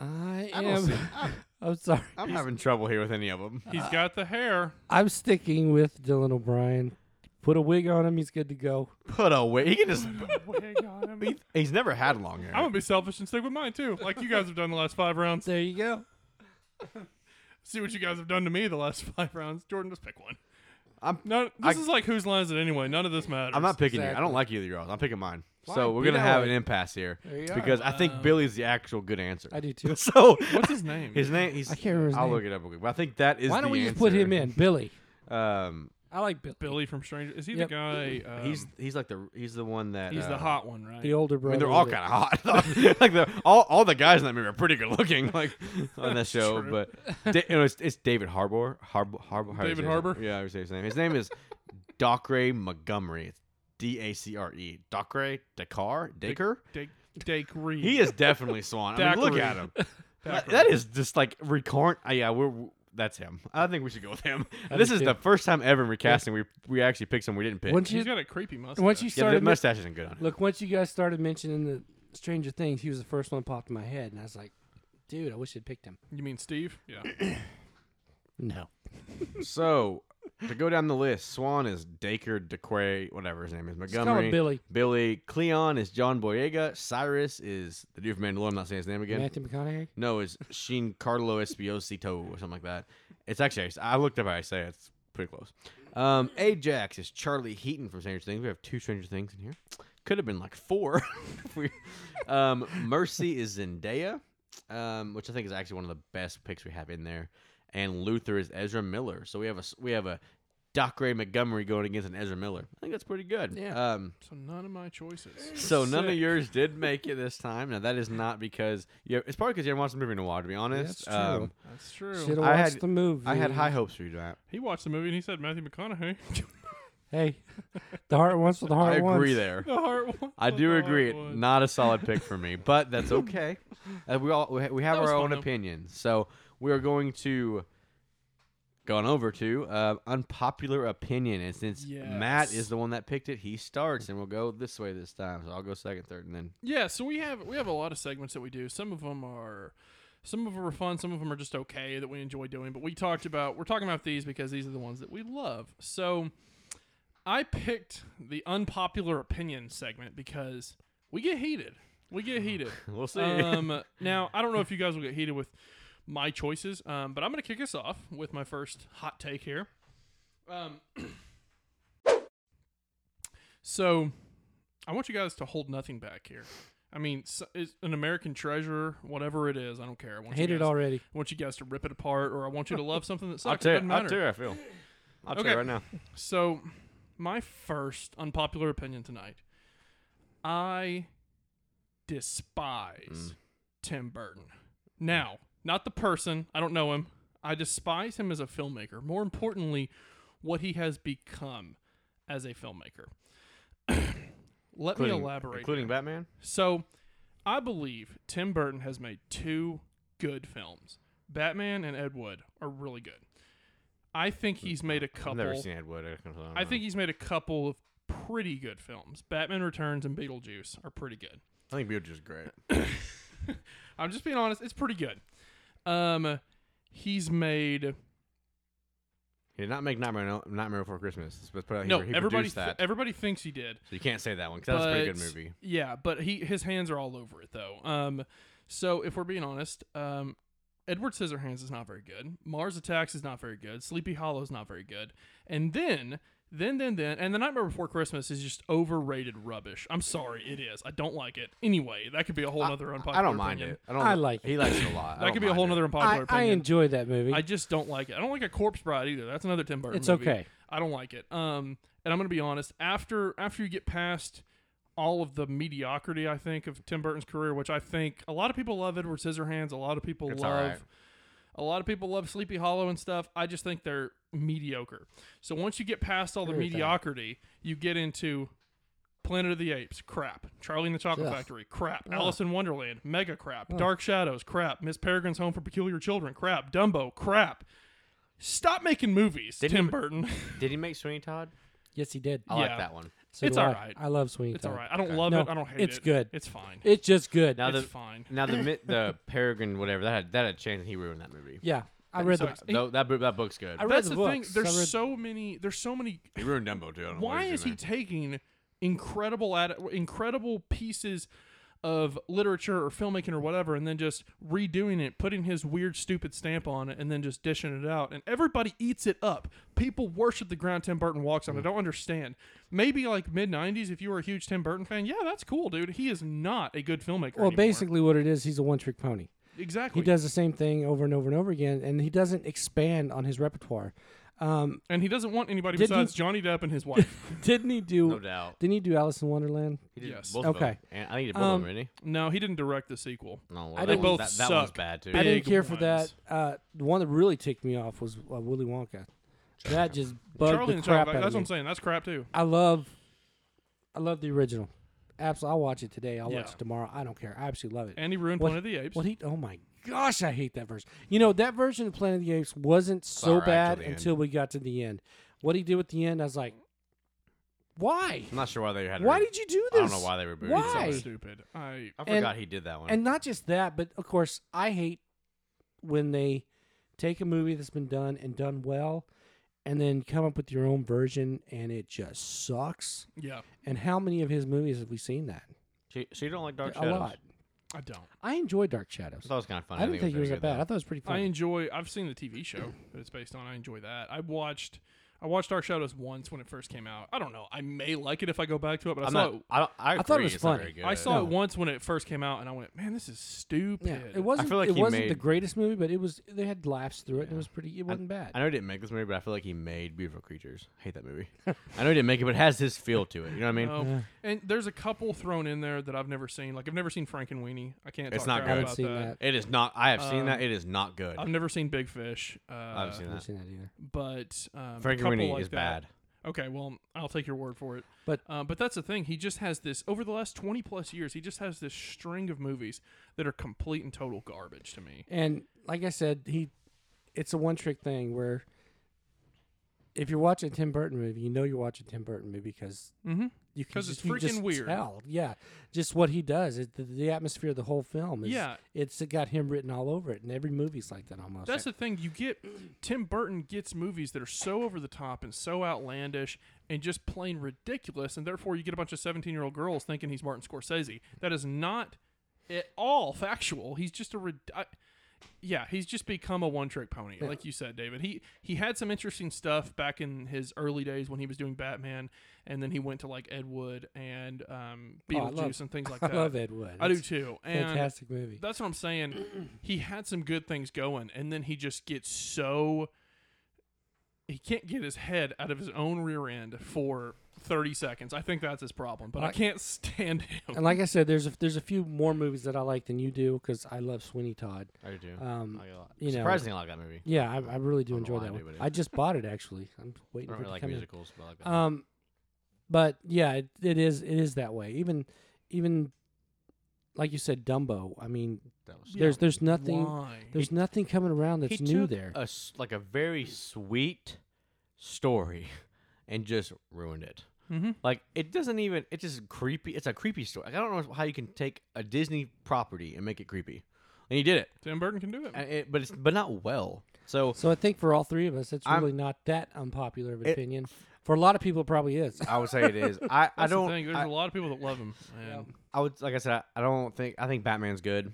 I I don't am. see- I'm, I'm sorry. I'm having trouble here with any of them. He's got the hair. I'm sticking with Dylan O'Brien. Put a wig on him. He's good to go. Put away. He can just. I'm he- he's never had long hair. gonna be selfish and stick with mine too, like you guys have done the last five rounds. There you go. See what you guys have done to me the last five rounds. Jordan, just pick one. I'm- no. This I- is like whose line is it anyway? None of this matters. I'm not picking you. I Exactly. don't like either of y'all. I'm picking mine. So Fine, we're be gonna that have way. an impasse here There you are. because I think Billy's the actual good answer. I do too. So What's his name? his name. He's, I can't remember his I'll name. look it up real quick. But I think that is. Why don't the we just put him in, answer. Billy? Um, I like Billy. Billy from Stranger. Is he Yep. the guy? Um, he's he's like the he's the one that he's uh, the hot one, right? The older I brother. mean, they're all that- kind of hot. like the all, all the guys in that movie are pretty good looking, like on that show. true. But da- you know, it's, it's David Harbour. Harbour. Harbour. how do you David say his name? Harbour? Yeah, I would say his name. His name is Docre Montgomery. It's D A C R E. Docre Dakar Dacre. Dake, Dake Reed. He is definitely Swan. I mean, look Dacre. at him. That- that is just like recurrent. Uh, yeah, we're. That's him. I think we should go with him. This is too. the first time ever in recasting we we actually picked someone we didn't pick. Once He's you, got a creepy mustache. once you yeah, the started, men- mustache isn't good on him. look, once you guys started mentioning the Stranger Things, he was the first one that popped in my head, and I was like, dude, I wish I'd picked him. you mean Steve? Yeah. No. So to go down the list, Swan is Dacre DeQuay, whatever his name is, call him Montgomery. Billy. Billy. Cleon is John Boyega. Cyrus is the dude from Mandalorian. I'm not saying his name again. Matthew McConaughey. No, is Sheen Carlo Esposito or something like that. It's actually I looked up how I say it. it's pretty close. Um, Ajax is Charlie Heaton from Stranger Things. We have two Stranger Things in here. Could have been like four. If we- um, Mercy is Zendaya, um, which I think is actually one of the best picks we have in there. And Luther is Ezra Miller. So we have a s- we have a Doc Ray Montgomery going against an Ezra Miller. I think that's pretty good. Yeah. Um, So none of my choices. so none of Sick. yours did make it this time. Now that is not because you. It's probably because you haven't watched the movie in a while. To be honest, Um, that's true. That's true. Should have I watched had- the movie. I had high hopes for you, Matt. He watched the movie and he said Matthew McConaughey. Hey, the heart wants what the heart I wants. agree there. The heart one. I the do heart agree. it- one. Not a solid pick for me, but that's okay. Uh, we all we ha- we have That was our fun, own though. opinions, so we are going to go on over to uh, unpopular opinion. And since Matt Yes. is the one that picked it, he starts, and we'll go this way this time. So I'll go second, third, and then Yeah, so we have we have a lot of segments that we do. Some of them are some of them are fun, some of them are just okay that we enjoy doing, but we talked about we're talking about these because these are the ones that we love. So I picked the unpopular opinion segment because we get heated. We get heated. we'll see. Um, now I don't know if you guys will get heated with my choices, um, but I'm going to kick us off with my first hot take here. Um, so I want you guys to hold nothing back here. I mean, s it's an American treasure, whatever it is, I don't care. I want Hate you it guys- already. I want you guys to rip it apart, or I want you to love something that I'll sucks. tell it you, doesn't I'll matter. tell you how I feel. I'll tell Okay. you right now. So, my first unpopular opinion tonight I despise Mm. Tim Burton. Now, not the person, I don't know him. I despise him as a filmmaker. More importantly, what he has become as a filmmaker. Let me Including- elaborate. Including Batman. So, I believe Tim Burton has made two good films. Batman and Ed Wood are really good. I think he's made a couple. Hmm. I've never seen Ed Wood. I don't I know. think he's made a couple of pretty good films. Batman Returns and Beetlejuice are pretty good. I think Beetlejuice is great. I'm just being honest, it's pretty good. Um he's made He did not make Nightmare on- Nightmare Before Christmas. Let's put it out no, here. Oh, He everybody produced that, th- everybody thinks he did. so you can't say that one because that was a pretty good but- movie. Yeah, but he his hands are all over it though. Um so if we're being honest, um Edward Scissorhands is not very good. Mars Attacks is not very good. Sleepy Hollow is not very good. And then then then then and the Nightmare Before Christmas is just overrated rubbish. I'm sorry, it is. I don't like it. Anyway, that could be a whole other unpopular I don't mind opinion. it. I don't. I like He it. likes it a lot. I That don't could be a mind whole it. other I, unpopular I opinion. enjoyed that movie. I just don't like it. I don't like a Corpse Bride either. That's another Tim Burton. It's movie. okay. I don't like it. Um, and I'm gonna be honest. After after you get past all of the mediocrity, I think of Tim Burton's career, which I think a lot of people love Edward Scissorhands. A lot of people It's all love. right. A lot of people love Sleepy Hollow and stuff. I just think they're mediocre. So once you get past all the Agree with that. mediocrity, you get into Planet of the Apes, crap. Charlie and the Chocolate Ugh. Factory, crap. Alice in Wonderland, mega crap. Dark Shadows, crap. Miss Peregrine's Home for Peculiar Children, crap. Dumbo, crap. Stop making movies, Didn't Tim he- Burton. Did he make Sweeney Todd? yes, he did. I Yeah. like that one. So it's do I. alright. I love Sweeney it's Todd. all right. I don't love No, it. I don't hate it. it's good. It's fine. It's just good. Now it's the fine. now the mi- the Peregrine whatever that had, that had changed and he ruined that movie. yeah, I read So the. it's- Though that book that book's good. I read that's the, the, books. thing. I There's read- so many. There's so many he ruined Dumbo too. I don't know why he's is he doing taking incredible ad- incredible pieces of literature or filmmaking or whatever and then just redoing it putting his weird stupid stamp on it and then just dishing it out and everybody eats it up people worship the ground tim burton walks Mm. on i don't understand maybe like mid-90s if you were a huge tim burton fan yeah that's cool dude he is not a good filmmaker Well, anymore. basically, what it is, he's a one-trick pony. exactly He does the same thing over and over and over again, and he doesn't expand on his repertoire. Um, and he doesn't want anybody Didn't he- besides johnny depp and his wife didn't he do? No doubt. Didn't he do Alice in Wonderland? He did Yes. both of them. Okay. And I think he did both of Um, them, didn't no he didn't direct the sequel he? No, well, I that didn't- They one- both that, that one's suck. bad too. I didn't Big care for that. ones. Uh, the one that really ticked me off was uh, Willy Wonka. That just bugged charlie the and the crap Chocolate- out that's what of me. i'm saying that's crap too I love, I love the original. Absolutely, I'll watch it today. I'll Yeah. watch it tomorrow. I don't care. I absolutely love it. and he ruined What- planet of the apes What he? Oh my gosh, I hate that version. You know that version of Planet of the Apes wasn't so all right bad till the end. until we got to the end. What he did with the end, I was like, why? I'm not sure why they had. to Why re- did you do I this? don't know why they rebooted Why? some of it. stupid i I And- forgot he did that one. And not just that, but of course, I hate when they take a movie that's been done and done well, and then come up with your own version, and it just sucks. yeah And how many of his movies have we seen that? so you- so you don't like Dark a Shadows? lot. I don't. I enjoy Dark Shadows. I thought it was kind of funny. I didn't think it was that pretty bad. I good, thought it was pretty I funny. enjoy. I've seen the TV show that it's based on. I enjoy that. I watched. I watched Dark Shadows once when it first came out. I don't know. I may like it if I go back to it, but I though. I'm saw not. I, don't, I, I thought agree, it was it's not funny. very it. I good. saw it No. once when it first came out, and I went, "Man, this is stupid." yeah, it wasn't. like it he wasn't the made- greatest movie, but it was. They had laughs through it. And it was pretty. It I- wasn't bad. I know he didn't make this movie, but I feel like he made Beautiful Creatures. I hate that movie. I know he didn't make it, but it has his feel to it. You know what I mean? No. And there's a couple thrown in there that I've never seen. Like I've never seen Frank and Weenie. I can't. It's talk crap not good. I haven't About seen that. It is not. I have Um, seen that. It is not good. I've never seen Big Fish. Uh, I've seen I haven't that. seen that either. But um, a Frank couple Rooney like is that. bad. Okay, well, I'll take your word for it. But- uh, but that's the thing. He just has this over the last twenty plus years. He just has this string of movies that are complete and total garbage to me. And like I said, he it's a one trick thing where if you're watching a Tim Burton movie, you know you're watching a Tim Burton movie because Mm-hmm. you can 'Cause just, it's you can freaking just weird. Tell. Yeah, just what he does. It, the, the atmosphere of the whole film. Is, Yeah. it's got him written all over it, and every movie's like that almost. That's the thing. You get Tim Burton gets movies that are so over the top and so outlandish and just plain ridiculous, and therefore you get a bunch of seventeen-year-old girls thinking he's Martin Scorsese. That is not at all factual. He's just a rid- I- yeah. He's just become a one-trick pony, like you said, David. He he had some interesting stuff back in his early days when he was doing Batman, and then he went to like Ed Wood and um, Oh, I love- Beetlejuice and things like I that. love Ed Wood. I do It's too. a And Fantastic movie. that's what I'm saying. he had some good things going, and then he just gets so he can't get his head out of his own rear end for 30 seconds. I think that's his problem, but I, I- can't stand him. And like I said, there's a, there's a few more movies that I like than you do because I love Sweeney Todd. I do. Um, like a lot. you know- Surprisingly, I like that movie. Yeah, I, I really do I don't know enjoy why I that do, one. but it- I just bought it actually. I'm I waiting don't for really it to like come in. musicals, but I like that. movie. Um, but yeah, it, it is it is that way. Even even like you said, Dumbo. I mean, that was there's there's nothing Why? there's nothing coming around that's he new took there. a s like a very sweet story and just ruined it. Mm-hmm. Mhm. Like it doesn't even. It's just creepy. It's a creepy story. Like, I don't know how you can take a Disney property and make it creepy, and he did it. Tim Burton can do it. And it but it's but not well. So so I think for all three of us, that's I'm- really not that unpopular of an It- opinion. For a lot of people, it probably is. I would say it is. I I That's the don't. thing. There's I, a lot of people that love him. And I would like I said. I, I don't think. I think Batman's good.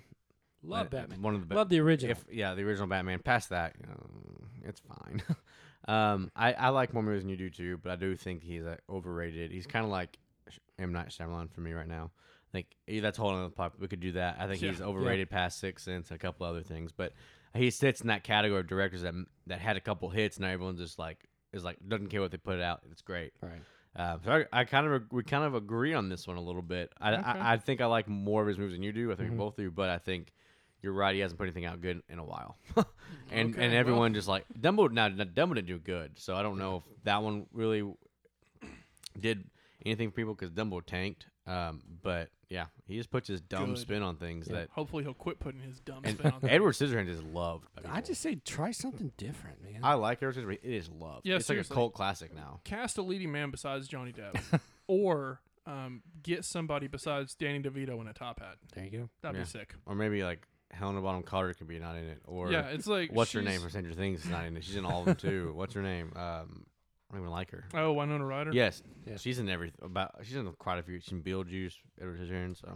Love Uh, Batman. One of the be- Love the original. If yeah, the original Batman. Past that, um, it's fine. um, I, I like more movies than you do too, but I do think he's uh, overrated. He's kind of like Sh- M Night Shyamalan for me right now. Like eh, that's a whole another pop. We could do that. I think Yeah. he's overrated past six and a couple other things, but he sits in that category of directors that that had a couple hits. Now everyone's just like is like doesn't care what they put out. It's great. Right. Uh, so I, I kind of ag- we kind of agree on this one a little bit. I, I I think I like more of his moves than you do. I think we both do, but I think you're right. He hasn't put anything out good in a while, and Okay, well. and everyone just like Dumbo. Now now Dumbo didn't do good, so I don't know if that one really did anything for people because Dumbo tanked. Um, but yeah, he just puts his dumb Good. spin on things that. hopefully he'll quit putting his dumb And spin on things. Edward Scissorhands is loved. by I people. just say try something different, man. I like Edward Scissorhands. but It is loved. Yeah, it's seriously. like a cult classic now. Cast a leading man besides Johnny Depp, or um, get somebody besides Danny DeVito in a top hat. there you go. That'd Yeah. be sick. Or maybe like Helena Bonham Carter could be not in it. Or yeah, it's like what's her she's- name from Stranger Things is not in it. She's in all of them too. What's her name? Um, I don't even like her. Oh, Winona Ryder. Yes, Yeah. she's in everything. About she's in quite a few. She's in Beetlejuice, Edward Scissorhands. So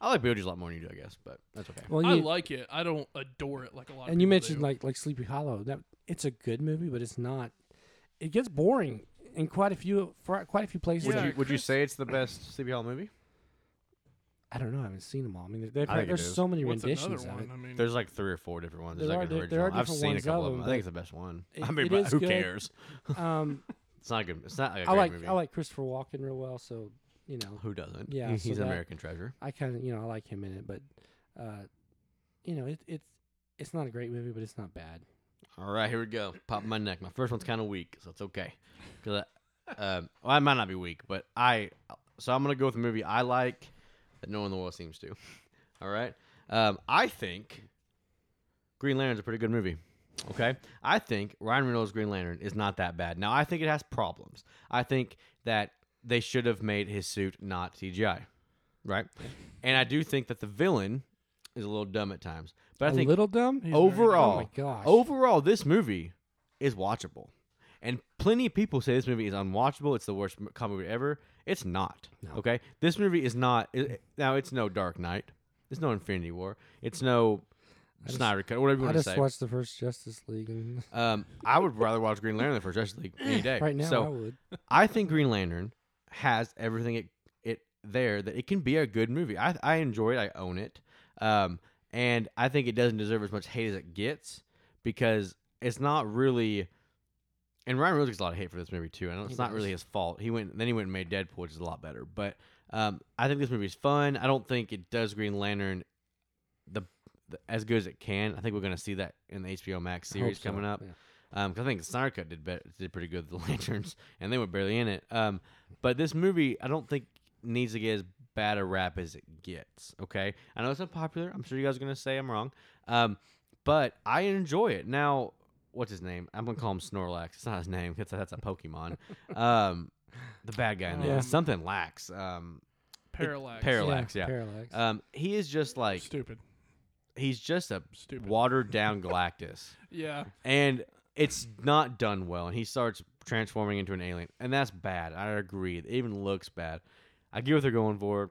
I like Beetlejuice a lot more than you do, I guess. But that's okay. Well, I you, like it. I don't adore it like a lot. of and you people mentioned do. like like Sleepy Hollow. That it's a good movie, but it's not. It gets boring in quite a few for quite a few places. would yeah, you would you Chris- say it's the best Sleepy Hall movie? I don't know. I haven't seen them all. I mean, they've- they've I had- think it there's is. so many What's another renditions of one? it. I mean, There's like three or four different ones. There's There like are an di- there original. are I've different seen a ones of couple of them, them. I think but it's the best one. it- I mean, it but is who good. cares? Um, It's not a good. It's not a I great like movie. I like Christopher Walken real well, so you know Who doesn't? Yeah, he's so an that- American treasure. I kind of you know I like him in it, but uh, you know it, it's it's not a great movie, but it's not bad. All right, here we go. Pop my neck. My first one's kind of weak, so it's okay. Cause I, um, well, I might not be weak, but I. So I'm gonna go with a movie I like that no one in the world seems to. All right. Um, I think Green Lantern's a pretty good movie. Okay. I think Ryan Reynolds' Green Lantern is not that bad. Now I think it has problems. I think that they should have made his suit not CGI, right? And I do think that the villain is a little dumb at times. But I a think little dumb. He's very overall, Oh my gosh. overall, this movie is watchable, and plenty of people say this movie is unwatchable. It's the worst m- comic movie ever. It's not. Okay, this movie is not. i i- now it's no Dark Knight. It's no Infinity War. It's no just- Snyder Cut. Whatever you I want to just say. watched the first Justice League, and um, I would rather watch Green Lantern than First Justice League any day. right now so I would. I think Green Lantern has everything it, it there that it can be a good movie. I I enjoy it. I own it. Um, and I think it doesn't deserve as much hate as it gets because it's not really. And Ryan Reynolds gets a lot of hate for this movie too. And it's He not does. really his fault. He went then he went and made Deadpool, which is a lot better. But um, I think this movie's fun. I don't think it does Green Lantern the, the as good as it can. I think we're gonna see that in the HBO Max I hope series so, coming up. yeah. Um, 'cause I think Snyder Cut did bet did pretty good with the lanterns, and they were barely in it. Um, but this movie, I don't think needs to get as bad a rap as it gets. Okay, I know it's unpopular. I'm sure you guys are gonna say I'm wrong. Um, but I enjoy it. Now, what's his name? I'm gonna call him Snorlax. It's not his name. That's a, that's a Pokemon. um, the bad guy in there. Yeah. Something lax. Um, Parallax. Parallax. Yeah. Parallax. Um, he is just like Stupid. he's just a Stupid. watered down Galactus, Yeah. and it's not done well. And he starts transforming into an alien, and that's bad. I agree. It even looks bad. I get what they're going for.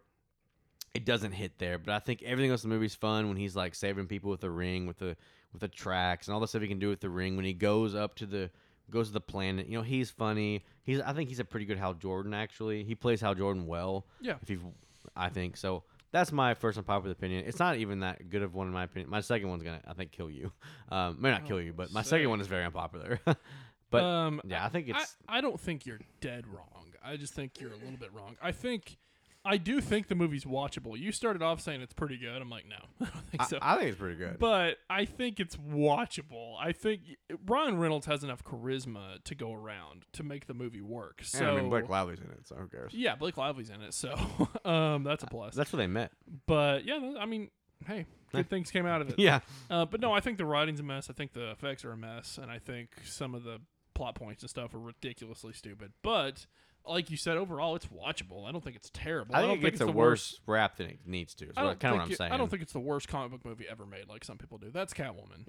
It doesn't hit there, but I think everything else in the movie's fun when he's like saving people with the ring, with the with the tracks, and all the stuff he can do with the ring. When he goes up to the goes to the planet, you know, he's funny. He's I think he's a pretty good Hal Jordan actually. He plays Hal Jordan well. Yeah. If you, I think so. That's my first unpopular opinion. It's not even that good of one in my opinion. My second one's gonna, I think, kill you. Um, may not kill you, but my second one is very unpopular. but Um, yeah, I think I, it's I don't think you're dead wrong. I just think you're a little bit wrong. I think I do think the movie's watchable. You started off saying it's pretty good. I'm like, no, I don't think so. I, I think it's pretty good. but I think it's watchable. I think Ryan Reynolds has enough charisma to go around to make the movie work. So And I mean, Blake Lively's in it, so who cares? yeah, Blake Lively's in it, so um, that's a plus. That's where they met. but yeah, no, I mean, hey, good things came out of it. Yeah, Uh, but no, I think the writing's a mess. I think the effects are a mess, and I think some of the plot points and stuff are ridiculously stupid. But like you said, overall, it's watchable. I don't think it's terrible. I don't think, it's the a worse rap than it needs to. Is I don't kind of what think I'm it- saying. I don't think it's the worst comic book movie ever made, like some people do. That's Catwoman.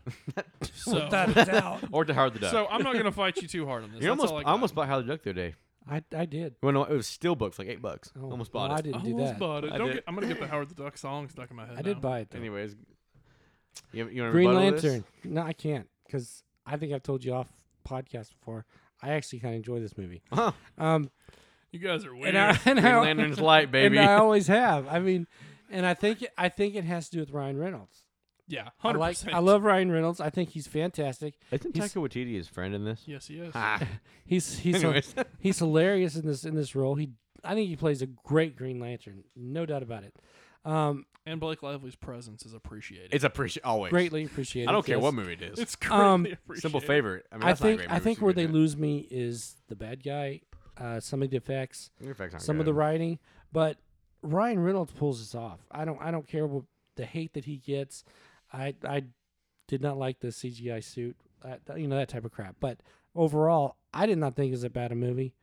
so, Without a doubt. or to Howard the Duck. so I'm not gonna fight you too hard on this. you That's almost, all I, I, got. almost bought Howard the Duck the other day. I, I did. Well, no, it was still booked for like eight bucks. Oh, almost bought it. well, I didn't I do almost that. bought it. I Don't did. get, I'm gonna get the Howard the Duck song stuck in my head. I did now. buy it. Though. Anyways, you, you want Green Lantern. No, I can't because I think I've told you off podcast before. I actually kind of enjoy this movie. Huh. Um, You guys are weird. and I, and Green I- Lantern's light, baby. And I always have. I mean, and I think I think it has to do with Ryan Reynolds. yeah, I hundred like percent. I love Ryan Reynolds. I think he's fantastic. Isn't He's- Taika Waititi his friend in this? Yes, he is. Ah. He's he's Anyways. he's hilarious in this in this role. He I think he plays a great Green Lantern, no doubt about it. Um, And Blake Lively's presence is appreciated. It's appreciated always. greatly appreciated. I don't care yes. what movie it is. It's greatly Um, appreciated. Simple favorite. I mean, I that's think not a great I movie, think so where good they in it. lose me is the bad guy, uh, some of the effects, The effects aren't some of the good. writing, but Ryan Reynolds pulls this off. I don't I don't care what the hate that he gets. I I did not like the CGI suit, uh, th- you know that type of crap. But overall, I did not think it was that bad a movie.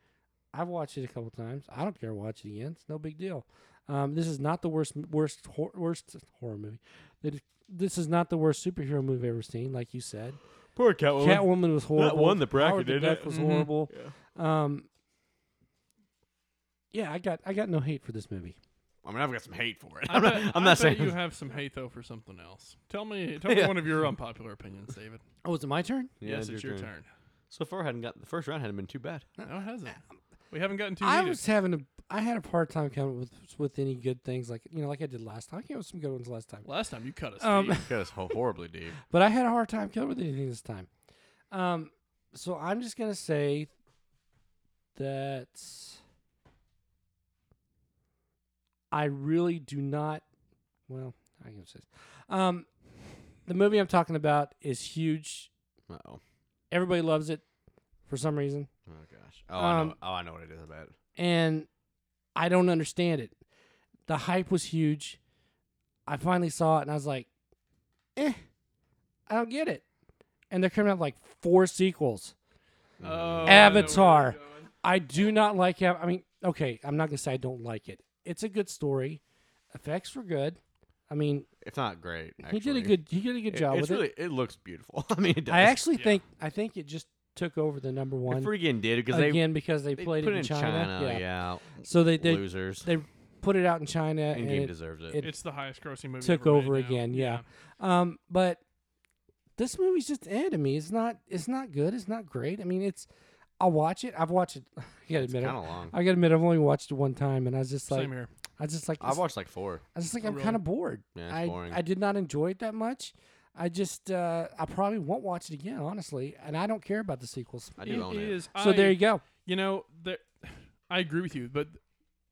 I've watched it a couple times. I don't care to watch it again. It's no big deal. Um, this is not the worst worst hor- worst horror movie. It- This is not the worst superhero movie I've ever seen, like you said. Poor Catwoman. Catwoman was horrible. won the bracket, Howard the didn't it? Duck was Mhm. horrible. Um, yeah, I got I got no hate for this movie. I mean, I've got some hate for it. I I'm not, bet- I'm I not bet saying you have some hate though for something else. Tell me, tell me Yeah. one of your unpopular opinions, David. Oh, is it my turn? Yeah, yes, it's your turn. So far, hadn't got the first round hadn't been too bad. No, it hasn't. We haven't gotten too I heated. was having a I had a hard time coming up with with any good things like you know like I did last time. I came up with some good ones last time, Last time you cut us. Um, deep. Got us ho- horribly deep. but I had a hard time coming up with anything this time. Um, so I'm just gonna say that I really do not. Well, I can say this. Um, the movie I'm talking about is huge. Oh, Everybody loves it for some reason, oh gosh. Oh, I know. Um, oh, I know what it is about. and I don't understand it. The hype was huge. I finally saw it, and I was like, "Eh, I don't get it." And they're coming out with, like four sequels. Oh, Avatar. I do not like. Av- I mean, okay, I'm not gonna say I don't like it. It's a good story. Effects were good. I mean, It's not great. Actually. he did a good he did a good It- job it's with really, it. it. looks beautiful. I mean, it does. I actually Yeah. think I think it just took over the number It one freaking did because they, again because they, they played put it in China. yeah. So they they, Losers. they put it out in China and In-game it- deserves it. it It's the highest grossing movie. took ever made over now. again. Yeah. Um, but this movie's just eh to me. It's not it's not good. It's not great. I mean, it's I'll watch it. I've watched it. I gotta It's admit, kind I, of long. I gotta admit, I've only watched it one time, and I was just like, Same here. I was just like, I this- watched like four. I was just like, Oh, I'm really? kind of bored. Yeah, it's I, boring. I did not enjoy it that much. I just, uh, I probably won't watch it again, honestly. And I don't care about the sequels. I do own it it. is. so I- there you go. You know, there, I agree with you, but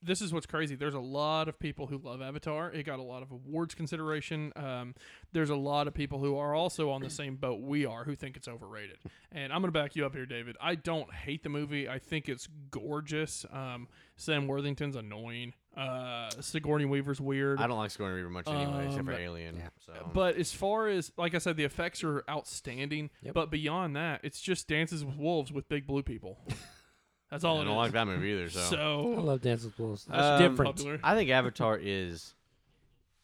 this is what's crazy. There's a lot of people who love Avatar. It got a lot of awards consideration. Um, there's a lot of people who are also on the same boat we are who think it's overrated. And I'm going to back you up here, David. I don't hate the movie. I think it's gorgeous. Um, Sam Worthington's annoying. Uh, Sigourney Weaver's weird. I don't like Sigourney Weaver much anyway, Um, except for Alien. So. But as far as like I said, the effects are outstanding. Yep. But beyond that, it's just dances with wolves with big blue people. That's all I it don't is. like that movie either. So, I So love Dance with Wolves. That's Oh. Um, different. popular. I think Avatar is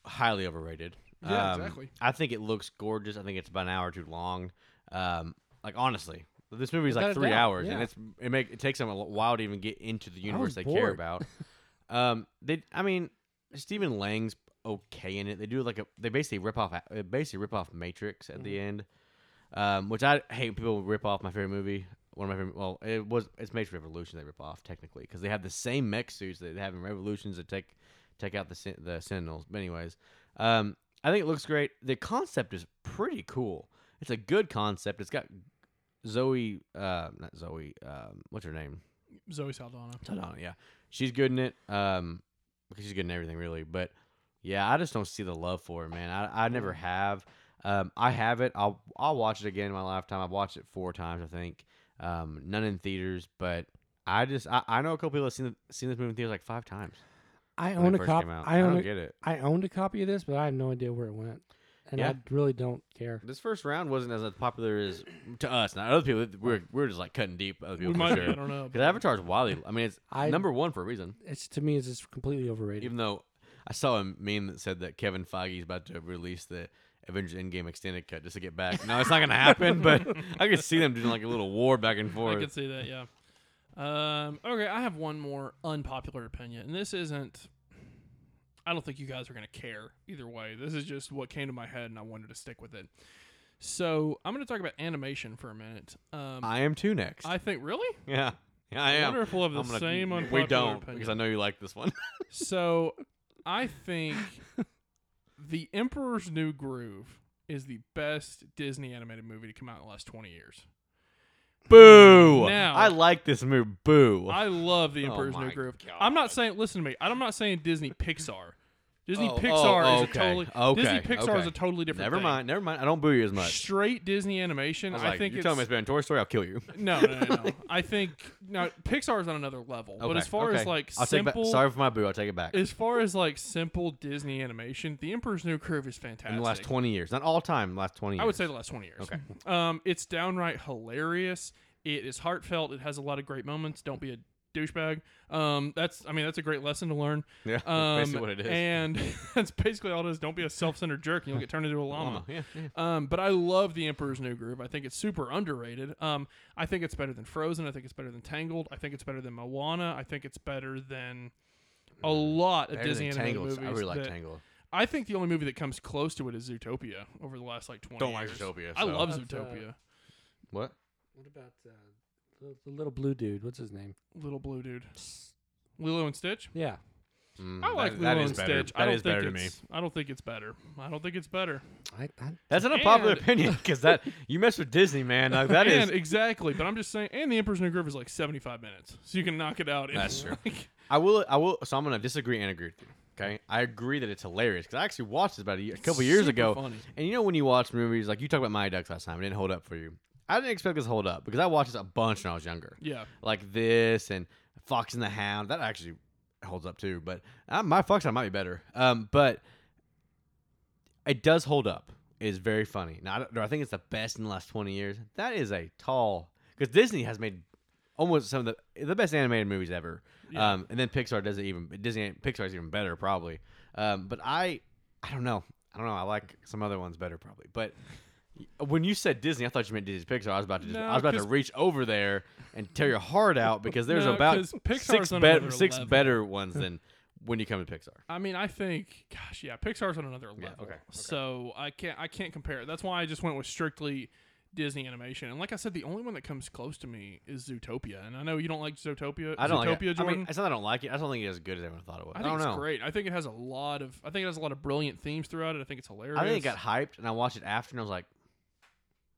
highly overrated. Yeah, Um, exactly. I think it looks gorgeous. I think it's about an hour too long. Um, like honestly, this movie's like Without a three doubt, hours, yeah. and it's it make it takes them a l- while to even get into the universe was they care bored. about. um, they, I mean, Stephen Lang's okay in it. They do like a they basically rip off they basically rip off Matrix at Mm-hmm. the end, um, which I hate when people rip off my favorite movie. One of my favorite, well, it was it's Matrix Revolution they rip off technically because they have the same mech suits that they have in Revolutions that take take out the sen- the Sentinels. But anyways, um, I think it looks great. The concept is pretty cool. It's a good concept. It's got Zoe, uh, not Zoe, um, what's her name? Zoe Saldana. Tadana, yeah. She's good in it. Um, because she's good in everything really. But yeah, I just don't see the love for it, man. I, I Mm. never have. Um, I have it. I'll I'll watch it again in my lifetime. I've watched it four times, I think. Um, none in theaters, but I just I, I know a couple people that seen seen this movie in theaters like five times. I when own it a first copy. came out. I I own. don't a- get it. I owned a copy of this, but I have no idea where it went, and I Yeah. really don't care. This first round wasn't as popular as to us. Now other people, we're we're just like cutting deep. Other people We for might be, sure. I don't know, Because Avatar's wildly. I mean, it's I- number one for a reason. It's to me, it's just completely overrated. Even though I saw a meme that said that Kevin Feige's about to release the Avengers Endgame extended cut just to get back. No, it's not gonna happen. but I could see them doing like a little war back and I forth. could see that, yeah. Um, okay, I have one more unpopular opinion, and this isn't. I don't think you guys are going to care either way. This is just what came to my head, and I wanted to stick with it. So I'm going to talk about animation for a minute. Um, I, I am too next. think really. yeah, yeah, I am. wonder if we'll have the I'm gonna- same We unpopular don't opinion. because I know you like this one. So I think the Emperor's New Groove is the best Disney animated movie to come out in the last 20 years. Boo! Now- I like this move. Boo! I love the Oh Emperor's my New Groove. I'm not saying listen to me. I'm not saying Disney Pixar. Disney Oh, oh, Pixar is okay, a totally Disney okay, Pixar is okay. a totally different never thing. mind. Never mind. I don't boo you as much. Straight Disney animation. I, I, was like, think you're it's, telling me it's been a Toy Story. I'll kill you. no, no, no, no. I think now Pixar is on another level. But Okay, as far as okay. like I'll take back, simple, sorry for my boo. I'll take it back. as far as like simple Disney animation, The Emperor's New Groove is fantastic. in the last 20 years. Not all time, last 20 years. I would say the last 20 years. Okay. Um, it's downright hilarious. It is heartfelt. It has a lot of great moments. Don't be a douchebag. Um, that's I mean that's a great lesson to learn. Yeah, that's um, basically what it is. And that's basically all it is. Don't be a self-centered jerk, and you'll get turned into a llama. yeah, yeah. Um, but I love The Emperor's New Groove. I think it's super underrated. Um, I think it's better than Frozen. I think it's better than Tangled. I think it's better than Moana. I think it's better than a lot of Mm, Better Disney than animated Tangled. movies. I really like that- Tangled. I think the only movie that comes close to it is Zootopia over the last like 20 Don't like years. Zootopia, I so- love That's, uh, Zootopia. What? What about uh, the, the little blue dude? What's his name? Little Blue Dude. Lilo and Stitch? Yeah, Mm, I like that, Lilo that is and better. Stitch. I That don't is think better to me. it's, I don't think it's better. I don't think it's better. I, I That's an unpopular And- opinion because that you mess with Disney, man. Like, that and is. exactly, but I'm just saying and The Emperor's New Groove is like 75 minutes. So you can knock it out in That's true. like- I will. I will. So I'm gonna disagree and agree with you. Okay, I agree that it's hilarious because I actually watched this about a, year, a couple years super ago. funny. And you know when you watch movies like you talked about My Ducks last time, it didn't hold up for you. I didn't expect this to hold up because I watched this a bunch when I was younger. Yeah. like this and Fox and the Hound. That actually holds up too, but uh, my Fox Hound might be better. Um, but it does hold up. It is very funny. Now, I, don't, do I think it's the best in the last twenty years? That is a tall because Disney has made almost some of the the best animated movies ever. Yeah. Um, and then Pixar does it even Disney Pixar is even better probably. Um, but I I don't know. I don't know. I like some other ones better probably, but. When you said Disney, I thought you meant Disney Pixar. I was about to just, No, I was about to 'cause- reach over there and tear your heart out because there's No, about 'cause Pixar's six, on bet another six level. better ones than when you come to Pixar. I mean, I think, gosh, yeah, Pixar's on another level. okay, okay. So I can't, I can't compare. it. That's why I just went with strictly Disney animation. And like I said, the only one that comes close to me is Zootopia. And I know you don't like Zootopia. I don't Zootopia, like it. I Jordan. mean, it's not that I don't like it. I just don't think it's as good as everyone thought it was. I I, think don't it's know. great. I think it has a lot of, I think it has a lot of brilliant themes throughout it. I think it's hilarious. I think it got hyped, and I watched it after, and I was like,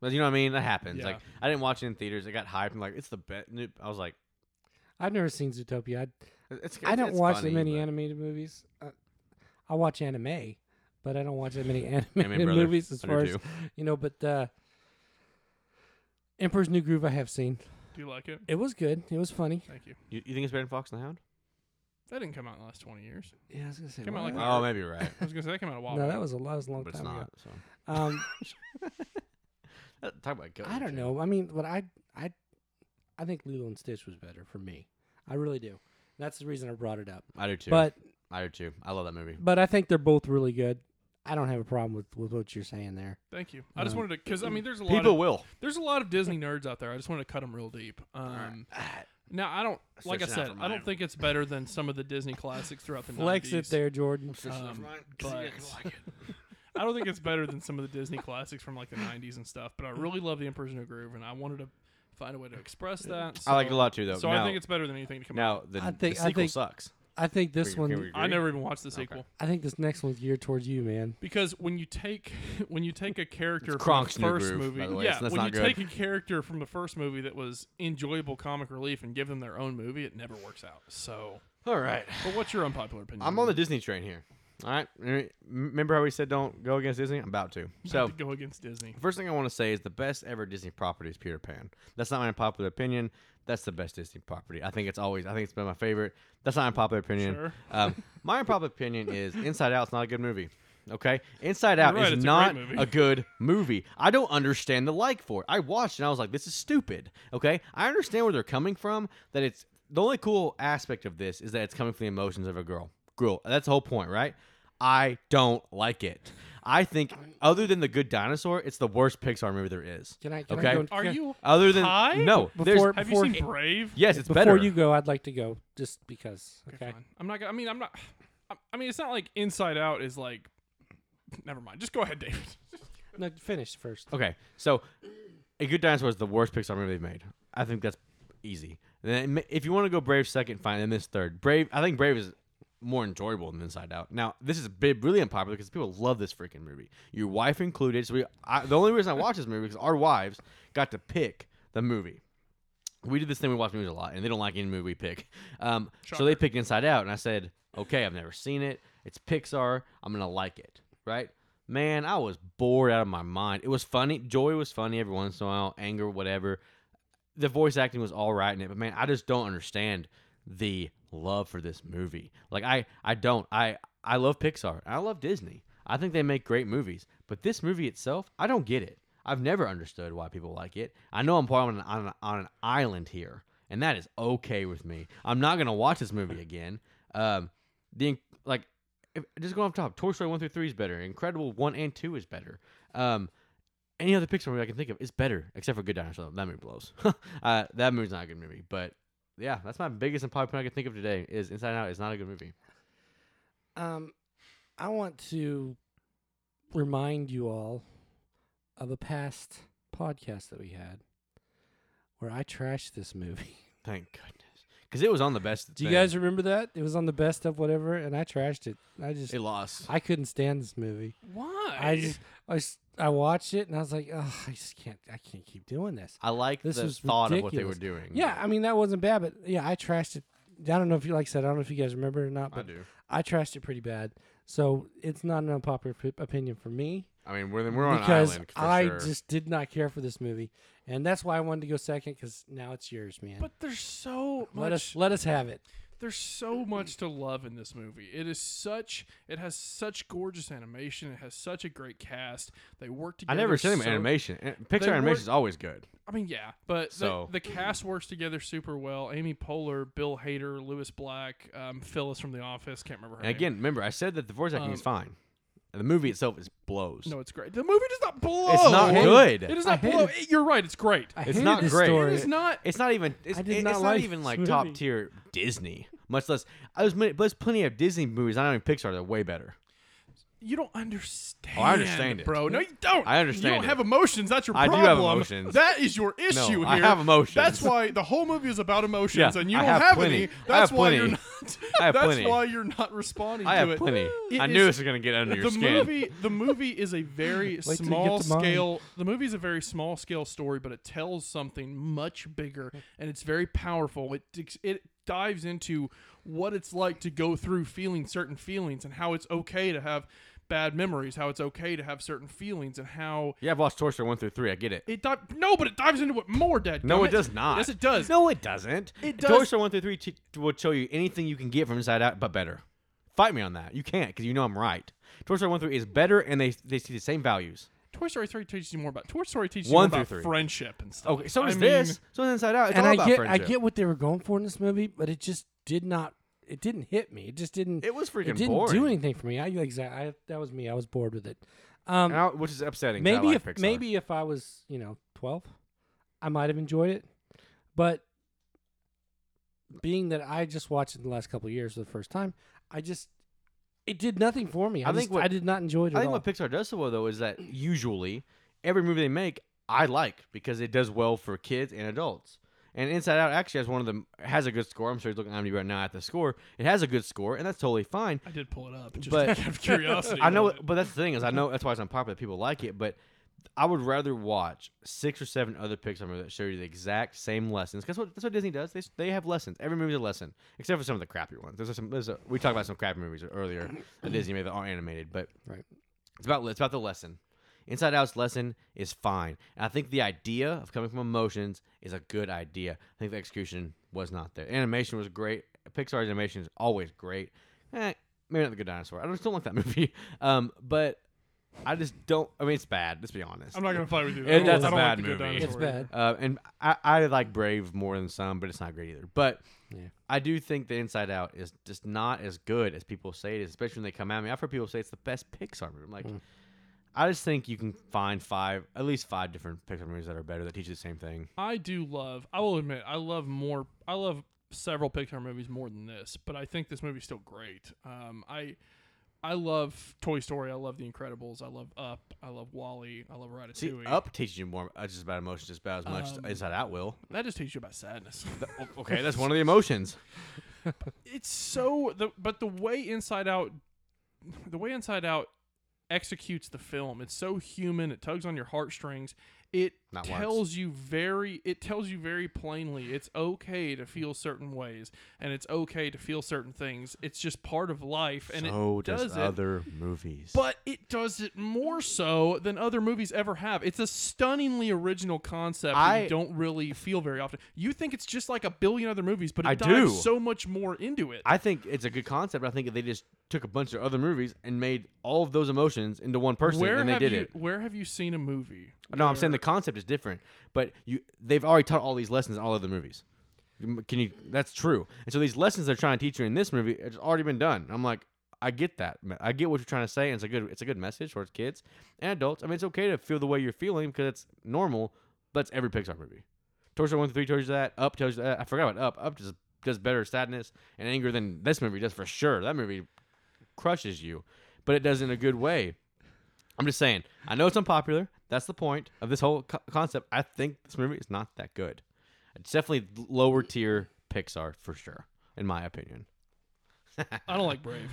"Well, you know what I mean? That happens." Yeah. Like, I didn't watch it in theaters. It got hyped, and like, it's the best. I was like, I've never seen Zootopia. I, It's, I don't it's watch funny, that many but- animated movies. Uh, I watch anime, but I don't watch that many animated brother. movies as I do far as too. you know. But uh, Emperor's New Groove, I have seen. Do you like it? It was good. It was funny. Thank you. You, you think it's better than Fox and the Hound? That didn't come out in the last 20 years. Yeah, I was gonna say. Came out like what? a- Well, Oh, maybe you're right, I was going to say that came out a while no, back. that was a lot. That was a long but it's time not. ago. So Um, Uh, talk about good. I don't know. I mean, but I, I, I think Lilo and Stitch was better for me. I really do. That's the reason I brought it up. I do too. But I do too. I love that movie. but I think they're both really good. I don't have a problem with, with what you're saying there. Thank you. I just wanted to, because I mean, there's a lot. People of, will. There's a lot of Disney nerds out there. I just wanted to cut them real deep. Um, Ah, now I don't, like I Especially not said, for I mine. don't think it's better than some of the Disney classics throughout the Flex 90s. it there, Jordan. Um, but I don't think it's better than some of the Disney classics from like the 90s and stuff. But I really love the Emperor's New Groove, and I wanted to find a way to express that. So, I like it a lot too, though. So now, I think it's better than anything to come out. now the, I think- the I sequel think- sucks. I think this Can we- one. can we I agree? never even watched the sequel I think this next one's geared towards you, man. because when you take when you take a character from the It's Kronk's new first groove, movie, by the way. yeah, It's- that's when you not take good. a character from the first movie that was enjoyable comic relief and give them their own movie, it never works out. So, All right. but what's your unpopular opinion? I'm on the Disney train here. All right. M- Remember how we said don't go against Disney? I'm about to. So, to go against Disney. first thing I want to say is the best ever Disney property is Peter Pan. That's not my unpopular opinion. That's the best Disney property. I think it's always, I think it's been my favorite. That's not my unpopular opinion. Sure. Um, my unpopular opinion is Inside Out's not a good movie. Okay? Inside Out You're right, is it's a not great a, movie. good movie. I don't understand the like for it. I watched it and I was like, this is stupid. Okay? I understand where they're coming from, that it's the only cool aspect of this is that it's coming from the emotions of a girl. Girl. That's the whole point, right? I don't like it. I think other than the good dinosaur, it's the worst Pixar movie there is. Can I? Can okay? I go? Are can- you other than high? no, there's- Before- Have before- you seen Brave? yes, it's Before better. you go, I'd like to go just because. Okay. Fine. I'm not. gonna- I mean, I'm not. I- I mean, it's not like Inside Out is like. Never mind. Just go ahead, David. No, finish first. Okay, so A Good Dinosaur is the worst Pixar movie they've made. I think that's easy. And then if you want to go Brave second, fine. And this third, Brave. I think Brave is more enjoyable than Inside Out. Now this is big, really unpopular because people love this freaking movie. Your wife included. So we. I, the only reason I watched this movie because our wives got to pick the movie. We did this thing. We watch movies a lot, and they don't like any movie we pick. Um, so they picked Inside Out, and I said, "Okay, I've never seen it. It's Pixar. I'm gonna like it, right?" Man, I was bored out of my mind. It was funny. Joy was funny every once in a while. Anger, whatever. The voice acting was all right in it, but man, I just don't understand the love for this movie. Like I, I don't. I, I love Pixar. I love Disney. I think they make great movies, but this movie itself, I don't get it. I've never understood why people like it. I know I'm part on an, on, an, on an island here, and that is okay with me. I'm not gonna watch this movie again. Um, the like, if, just going off top, Toy Story one through three is better. Incredible one and two is better. Um, any other Pixar movie I can think of is better, except for Good Dinosaur. That movie blows. uh, that movie's not a good movie, but yeah, that's my biggest and popular I can think of today. Is Inside Out is not a good movie. Um, I want to remind you all of a past podcast that we had where I trashed this movie. Thank goodness, because it was on the best. Do you thing. guys remember that? It was on the best of whatever, and I trashed it. I just, It lost. I couldn't stand this movie. Why? I just, I, s- I watched it, and I was like, oh, I just can't, I can't keep doing this. I like This the was thought of ridiculous. what they were doing. Yeah, I mean that wasn't bad, but yeah, I trashed it. I don't know if you like I said. I don't know if you guys remember it or not, but I do. I trashed it pretty bad. So it's not an unpopular p- opinion for me I mean, we're, we're on because an island. For I sure. just did not care for this movie, and that's why I wanted to go second because now it's yours, man. But there's so much. let us let us have it. There's so much to love in this movie. It is such. It has such gorgeous animation. It has such a great cast. They work I together. never seen them so- animation. Eh, Pixar were- animation is always good. I mean, yeah, but the- So- the, cast works together super well. Amy Poehler, Bill Hader, Lewis Black, um, Phyllis from The Office. Can't remember her And name. again, remember I said that the voice acting is Um, fine. And the movie itself is blows. no, it's great. The movie does not blow. it's not hated- good. It does I not hated- blow. It- you're right. It's great. I It's hated not this great. story. it is not. It's not even. It's, I did it- not it's like not even this like movie. top tier Disney. Much less. I was many, there's plenty of Disney movies. I don't even Pixar. They're way better. You don't understand. Oh, I understand it. bro. No, you don't. I understand You don't it. have emotions. That's your I do problem. have emotions. That is your issue here. I have emotions. That's why the whole movie is about emotions, Yeah, and you I don't have have, plenty. any. I have That's why you're plenty. not. I have that's plenty. why you're not responding I to have it. plenty. It I knew is- this was gonna get under your the skin. movie the movie is a very till you get small to mine. scale the movie is a very small scale story but it tells something much bigger and it's very powerful it it dives into what it's like to go through feeling certain feelings and how it's okay to have bad memories, how it's okay to have certain feelings, and how Yeah, I've watched Torture 1 through 3. I get it. it dives. No, but it dives into it more, Dad. No, it does not. Yes, it does. No, it doesn't. It does. Torture 1 through 3 t- will show you anything you can get from Inside Out, but better. Fight me on that. You can't because you know I'm right. Torture 1 through is better and they, they see the same values. Toy Story 3 teaches you more about Toy Story teaches One you more through about three. friendship and stuff. Okay, so I is mean, this. So is Inside Out. It's and all I about get friendship. I get what they were going for in this movie, but it just did not. It didn't hit me. It just didn't. It was freaking It didn't do boring. anything for me. I exactly. I, that was me. I was bored with it. Um, And I- which is upsetting. 'cause I maybe like if Pixar. maybe if I was you know twelve, I might have enjoyed it, but being that I just watched it in the last couple of years for the first time, I just it did nothing for me. I, I think just- what- I did not enjoy it. I at think all. what Pixar does so well though is that usually every movie they make I like because it does well for kids and adults. And Inside Out actually has one of them has a good score. I'm sure he's looking at me right now at the score. It has a good score, and that's totally fine. I did pull it up just But- out of curiosity. I know, but- but that's the thing is I know that's why it's unpopular. People like it, but I would rather watch six or seven other Pixar movies that show you the exact same lessons. Because what, that's what Disney does. They, they have lessons. Every movie's a lesson, except for some of the crappier ones. There's some. There's a, we talked about some crappy movies earlier that Disney made that aren't animated, but Right. it's about it's about the lesson. Inside Out's lesson is fine. And I think the idea of coming from emotions is a good idea. I think the execution was not there. Animation was great. Pixar's animation is always great. Eh, maybe not the Good Dinosaur. I just don't like that movie. Um, but I just don't. I mean, it's bad. Let's be honest. I'm not going to fight with you. It- I don't- that's I a don't bad like the Good movie. it's Dinosaur bad. Uh, and I, I like Brave more than some, but it's not great either. But Yeah. I do think that Inside Out is just not as good as people say it is, especially when they come at me. I've heard people say it's the best Pixar movie. I'm like, I just think you can find five, at least five different Pixar movies that are better that teach you the same thing. I do love. I will admit, I love more. I love several Pixar movies more than this, but I think this movie's still great. Um, I I love Toy Story. I love The Incredibles. I love Up. I love Wally. I love See, Ratatouille. Up teaches you more, uh, just about emotions, just about as much as Inside Out will. That just teaches you about sadness. Okay, that's one of the emotions. it's so the but the way Inside Out, the way Inside Out executes the film, it's so human. It tugs on your heartstrings. It Not once. tells you very it tells you very plainly it's okay to feel certain ways and it's okay to feel certain things. It's just part of life and so it does, does it. other movies. But it does it more so than other movies ever have. It's a stunningly original concept that I- you don't really feel very often. You think it's just like a billion other movies, but it I dives do. so much more into it. I think it's a good concept. I think if they just took a bunch of other movies and made all of those emotions into one person, where and they have did you, it. Where have you seen a movie? No, I'm saying the where- concept is different, but you they've already taught all these lessons in all other movies. Can you? That's true. And so these lessons they're trying to teach you in this movie, it's already been done. I'm like, I get that. ma- I get what you're trying to say, and it's a good, it's a good message towards kids and adults. I mean, it's okay to feel the way you're feeling because it's normal. But it's every Pixar movie. Torture one through three tells you that. Up tells you that. I forgot about Up. Up just does better sadness and anger than this movie does for sure. That movie crushes you, but it does in a good way. I'm just saying. I know it's unpopular. That's the point of this whole co- concept. I think this movie is not that good. It's definitely lower tier Pixar for sure, in my opinion. I don't like Brave.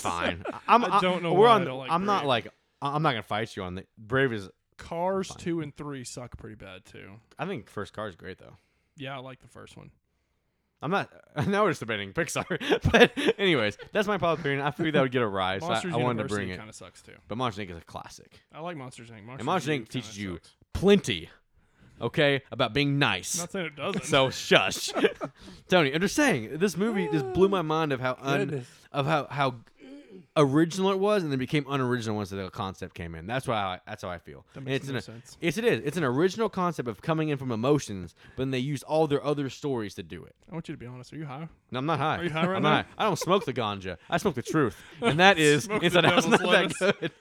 fine. I'm, I don't know We're why I on. don't like I'm not Brave. like. I- I'm not gonna fight you on the Brave is. Cars two and three suck pretty bad too. I think First Car is great though. Yeah, I like the first one. I'm not. Now we're just debating Pixar. but anyways, that's my popular opinion. I figured that would get a rise. so I, Monsters I wanted to bring it. kind of sucks too. But Monsters Inc is a classic. I like Monsters Inc. Monsters And Monsters kinda Inc teaches you sucks. plenty. Okay, about being nice. I'm not saying it doesn't. So shush, Tony. I'm just saying this movie just blew my mind of how un, Goodness. of how how original it was, and then became unoriginal once the concept came in. That's why I, that's how I feel. That makes it's no an, sense. Yes, it is. It's an original concept of coming in from emotions, but then they used all their other stories to do it. I want you to be honest. Are you high? No, I'm not high. Are you high right I'm now? not high. I don't smoke the ganja. I smoke the truth, and that is Smoke the inside out. It's not devil's that good.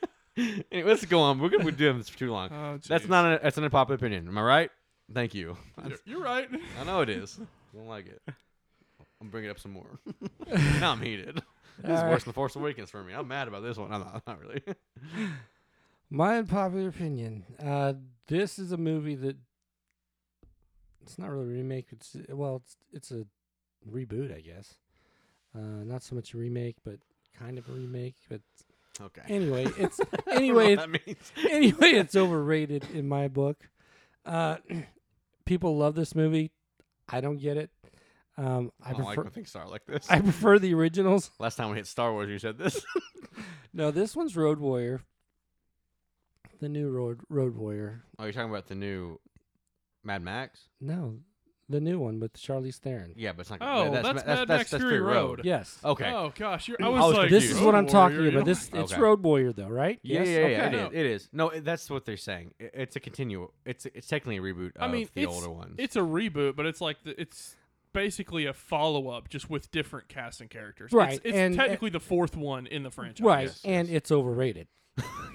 anyway, let's go on. We're gonna be doing this for too long. Oh, that's jeez. not. A, that's an unpopular opinion. Am I right? Thank you. You're, you're right. I know it is. Don't like it. I'm bringing up some more. now I'm heated. This is worse than Force Awakens for me. I'm mad about this one. I'm not, not really. My unpopular opinion. Uh, this is a movie that it's not really a remake. It's well, it's it's a reboot, I guess. Uh, not so much a remake, but kind of a remake. But Okay. anyway, it's Anyway, anyway, that means. anyway, it's overrated in my book. Uh, people love this movie. I don't get it. Um, I, I don't like prefer when things start like this. I prefer the originals. Last time we hit Star Wars, you said this. No, this one's Road Warrior. The new Road Road Warrior. oh, you're talking about the new Mad Max? No, the new one with Charlize Theron. Yeah, but it's not. Oh, that's, that's Ma- Mad Max Fury Road. Yes. Okay. Oh gosh, you're, I was, I was like, this is Road what I'm talking Warrior, you about. know? This it's Okay. Road Warrior though, right? Yeah, Yes? yeah, yeah, Okay. yeah. No. It is. It is. No, it- that's what they're saying. I- It's a continual. It's it's technically a reboot. Of I mean, Uh, the it's, older ones. It's a reboot, but it's like the, it's basically a follow up, just with different cast and characters. Right, It's, it's and- uh, technically the fourth one in the franchise. Right, and it's overrated.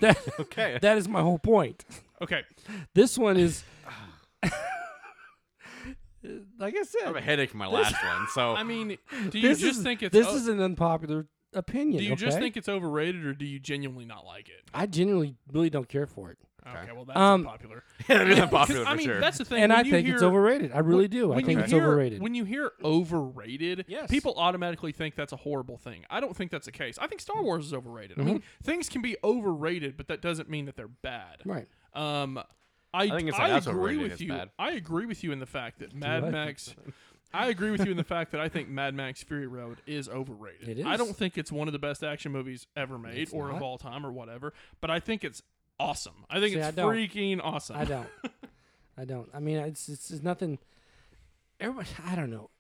That, Okay. That is my whole point. Okay. This one is. like I I have a said, headache from my last one. So I mean, do you this just is, think it's this o- is an unpopular opinion. do you just okay? think it's overrated, or do you genuinely not like it? I genuinely really don't care for it, Okay, well that's Um, unpopular. it is 'Cause, unpopular I for mean, sure. that's the thing. and when I you think hear, it's overrated. I really do. I when think you it's hear- overrated. When you hear overrated, Yes. people automatically think that's a horrible thing. I don't think that's the case. I think Star Wars is overrated. Mm-hmm. I mean, things can be overrated, but that doesn't mean that they're bad. right. Um, I, think it's like that's agree overrated, with it's you. bad. I agree with you in the fact that Mad I think Max. I agree with you in the fact that I think Mad Max Fury Road is overrated. It I is. don't think it's one of the best action movies ever made or of not. all time or whatever, but I think it's awesome. I think See, it's I don't. freaking awesome. I don't. I don't. I mean, it's it's, it's nothing. Everybody, I don't know.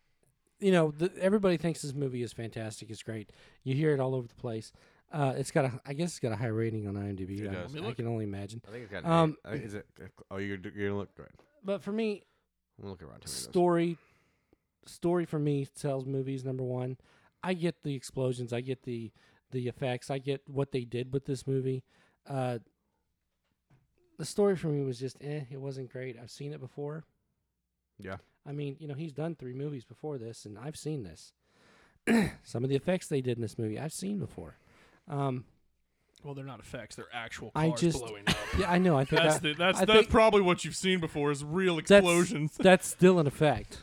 You know, the, everybody thinks this movie is fantastic. It's great. You hear it all over the place. Uh, it's got a, I guess it's got a high rating on IMDb. It I- does. Let I, me look. can only imagine. I think it's got. Um, Um, is it? Oh, you're you're gonna look. Go ahead. But for me, I'm gonna look at Rotten Tomatoes. story, story for me sells movies. Number one, I get the explosions. I get the the effects. I get what they did with this movie. Uh, the story for me was just eh. It wasn't great. I've seen it before. yeah. I mean, you know, he's done three movies before this, and I've seen this. Some of the effects they did in this movie, I've seen before. Um, Well, they're not effects; they're actual I cars just- blowing up. yeah, I know. I think That's I- the, that's I that's think probably what you've seen before is real that's- explosions. That's still an effect.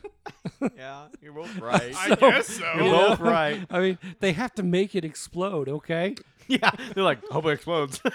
Yeah, you're both right. I guess so. you're both right. I mean, they have to make it explode, okay? Yeah, they're like, hope it explodes. All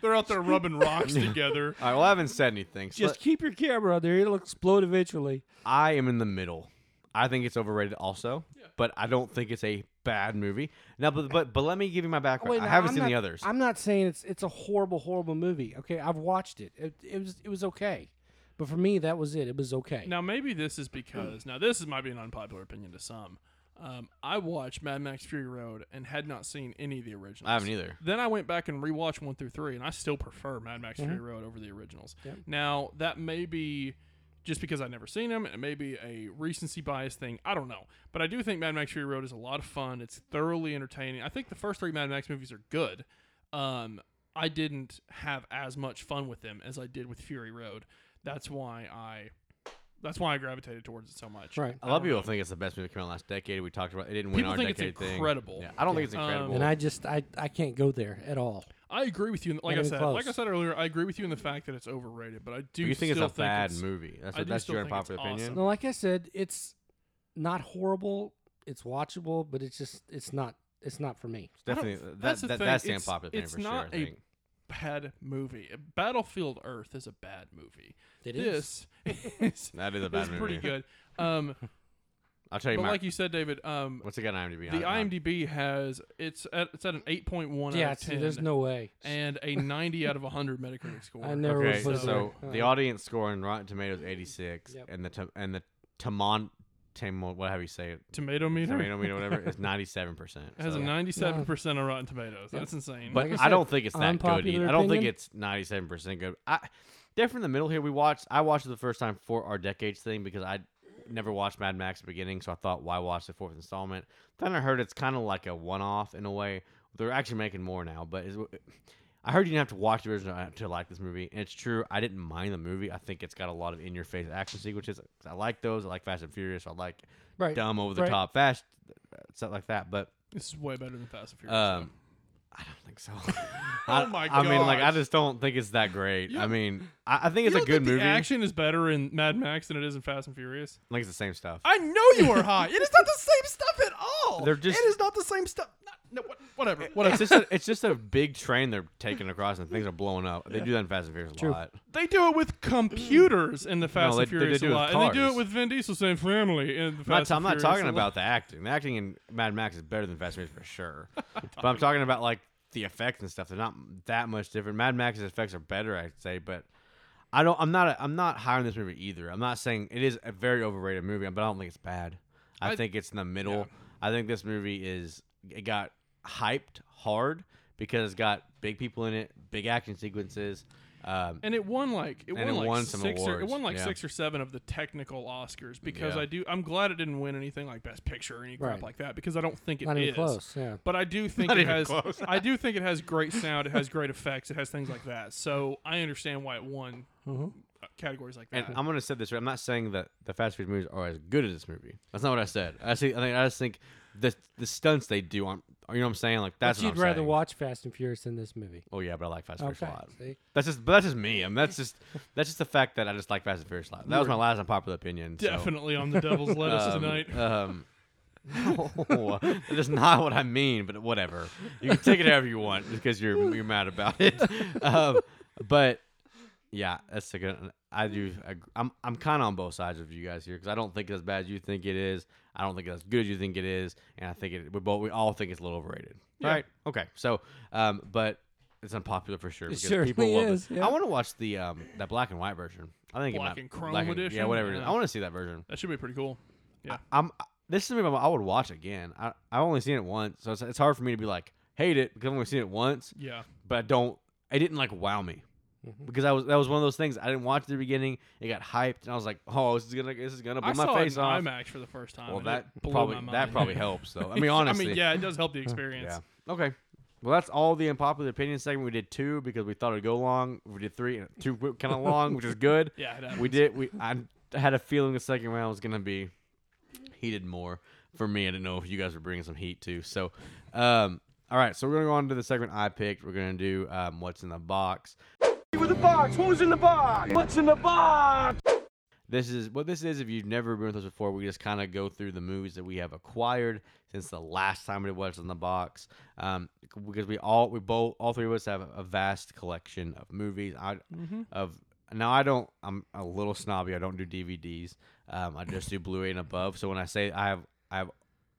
They're out there rubbing rocks together. right, well, I haven't said anything. So Just keep your camera on there; it'll explode eventually. I am in the middle. I think it's overrated also, but I don't think it's a bad movie. Now, but but, but let me give you my background. I now, haven't I'm seen the not- others. I'm not saying it's it's a horrible, horrible movie. Okay, I've watched it. It, it was it was okay, but for me, that was it. It was okay. Now maybe this is because now this is might be an unpopular opinion to some. Um, I watched Mad Max Fury Road and had not seen any of the originals. I haven't either. Then I went back and rewatched one through three, and I still prefer Mad Max Fury Road over the originals. Now that may be just because I've never seen them, and it may be a recency bias thing. I don't know, but I do think Mad Max Fury Road is a lot of fun. It's thoroughly entertaining. I think the first three Mad Max movies are good. Um, I didn't have as much fun with them as I did with Fury Road. That's why I. That's why I gravitated towards it so much. Right. A lot of people think it's the best movie that came out last decade. We talked about it. didn't win People our think it's decade thing. incredible. Yeah, I don't think it's incredible. Um, and I just I I can't go there at all. I agree with you. in- Like I even said, close. like I said earlier, I agree with you in the fact that it's overrated. But I do do you think it's still a bad it's- movie? That's, I do that's still your think it's unpopular opinion. awesome. No, like I said, it's not horrible. It's watchable, but it's just it's not it's not for me. It's I don't- definitely that, that's that's, the that, thing, that's the it's- unpopular opinion it's for sure. not I a- think. Bad movie. Battlefield Earth is a bad movie. It is. this is, That is a bad is movie. pretty good. Um, I'll tell you but my. like you said, David, um, what's it got on IMDb? the I- I- IMDb has it's at it's at an eight point one. out yeah, of see, 10, there's no way. and a ninety out of hundred Metacritic score. I never Okay, would put it so there. the Uh, audience score on Rotten Tomatoes 86, Yep. and the to, and the Tamon, Tamon, what have you say it? Tomato meter Tomato meter, whatever, is 97 percent. has a So- ninety-seven percent on Rotten Tomatoes. That's insane. But Like I I, don't said, think it's that good. unpopular Either. I don't think opinion. it's ninety seven percent good. I definitely in the middle here. We watched. I watched it the first time for our decades thing because I never watched Mad Max at the beginning, so I thought, why watch the fourth installment? Then I heard it's kind of like a one off in a way. They're actually making more now, but it's, I heard you didn't have to watch the original to like this movie, and it's true. I didn't mind the movie. I think it's got a lot of in your face action sequences. I like those. I like Fast and Furious. I like Right, dumb over the right. top fast stuff like that, but. this is way better than Fast and Furious. though. Um, I don't think so. I, Oh my I mean, like, I gosh. just don't think it's that great. I mean, I, I think it's You a don't good think the movie. action is better in Mad Max than it is in Fast and Furious. I think it's the same stuff. I know you are high. It is not the same stuff at all. They're just- It is not the same stuff. Not- No, what, whatever. It's Whatever. just a, it's just a big train they're taking across and things are blowing up. They do that in Fast and Furious a True. lot. they do it with computers in the Fast they- and they- they Furious do a it with lot, and they do cars. it with Vin Diesel saying "family" in the I'm not, Fast. ta- and I'm not Furious talking a lot. about the acting. The acting in Mad Max is better than Fast and Furious for sure. but I'm talking about like the effects and stuff. They're not that much different. Mad Max's effects are better, I'd say, but I don't. I'm not. A, I'm not high on this movie either. I'm not saying it is a very overrated movie, but I don't think it's bad. I, I- think it's in the middle. I think this movie is it got hyped hard because it's got big people in it, big action sequences. Um, and it won like it And won, it like won some six Or, it awards, won like yeah. six or seven of the technical Oscars because Yeah. I do. I'm glad it didn't win anything like Best Picture or any crap Right. like that because I don't think it is. Not even close. Yeah. But I do think it has. I do think it has great sound. It has great effects. It has things like that. So I understand why it won Mm-hmm. uh, categories like And that. I'm gonna say this right. I'm not saying that the Fast Food movies are as good as this movie. That's not what I said. I see. I think I just think the the stunts they do on. You know what I'm saying? Like that's but you'd what I'm rather saying. watch Fast and Furious than this movie. Oh yeah, but I like Fast and Furious a lot. See? That's just but that's just me. I mean, that's just that's just the fact that I just like Fast and Furious a lot. That was my last unpopular opinion. so, Definitely on the Devil's Lettuce um, tonight. Um, no, that is not what I mean. But whatever, you can take it however you want just because you're you're mad about it. Um, but yeah, that's a good. I do. ag- I'm I'm kind of on both sides of you guys here because I don't think it's as bad as you think it is. I don't think it's as good as you think it is, and I think it. We both we all think it's a little overrated, right? Okay, so um, but it's unpopular for sure because certainly people love is, it. yeah. I want to watch the um that black and white version. I think it Black might- and chrome Yeah, edition? whatever. it is. Yeah. I want to see that version. that should be pretty cool. Yeah. I'm this is a movie I would watch again. I I only seen it once, so it's, it's hard for me to be like hate it because I've only seen it once. Yeah. Mm-hmm. But I don't. It didn't like wow me because I was that was one of those things I didn't watch at the beginning. It got hyped and I was like, oh, this is gonna this is gonna blow I my saw face it in off. IMAX for the first time. well, and that it blew probably my that mind. probably helps though. I mean, honestly, I mean, yeah, it does help the experience. yeah. Okay. Well, that's all the unpopular opinion segment. We did two because we thought it'd go long. We did three, and two kind of long, which is good. Yeah, it we happens. did. We I had a feeling the second round was gonna be heated more for me. I didn't know if you guys were bringing some heat too. So, um, all right. So we're gonna go on to the segment I picked. We're gonna do um, what's in the box. This is what this is. If you've never been with us before, we just kind of go through the movies that we have acquired since the last time we watched in the box. Um, because we all we both all three of us have a vast collection of movies. I of now I don't. I'm a little snobby. I don't do DVDs. Um, I just do Blu-ray and above. So when I say I have I have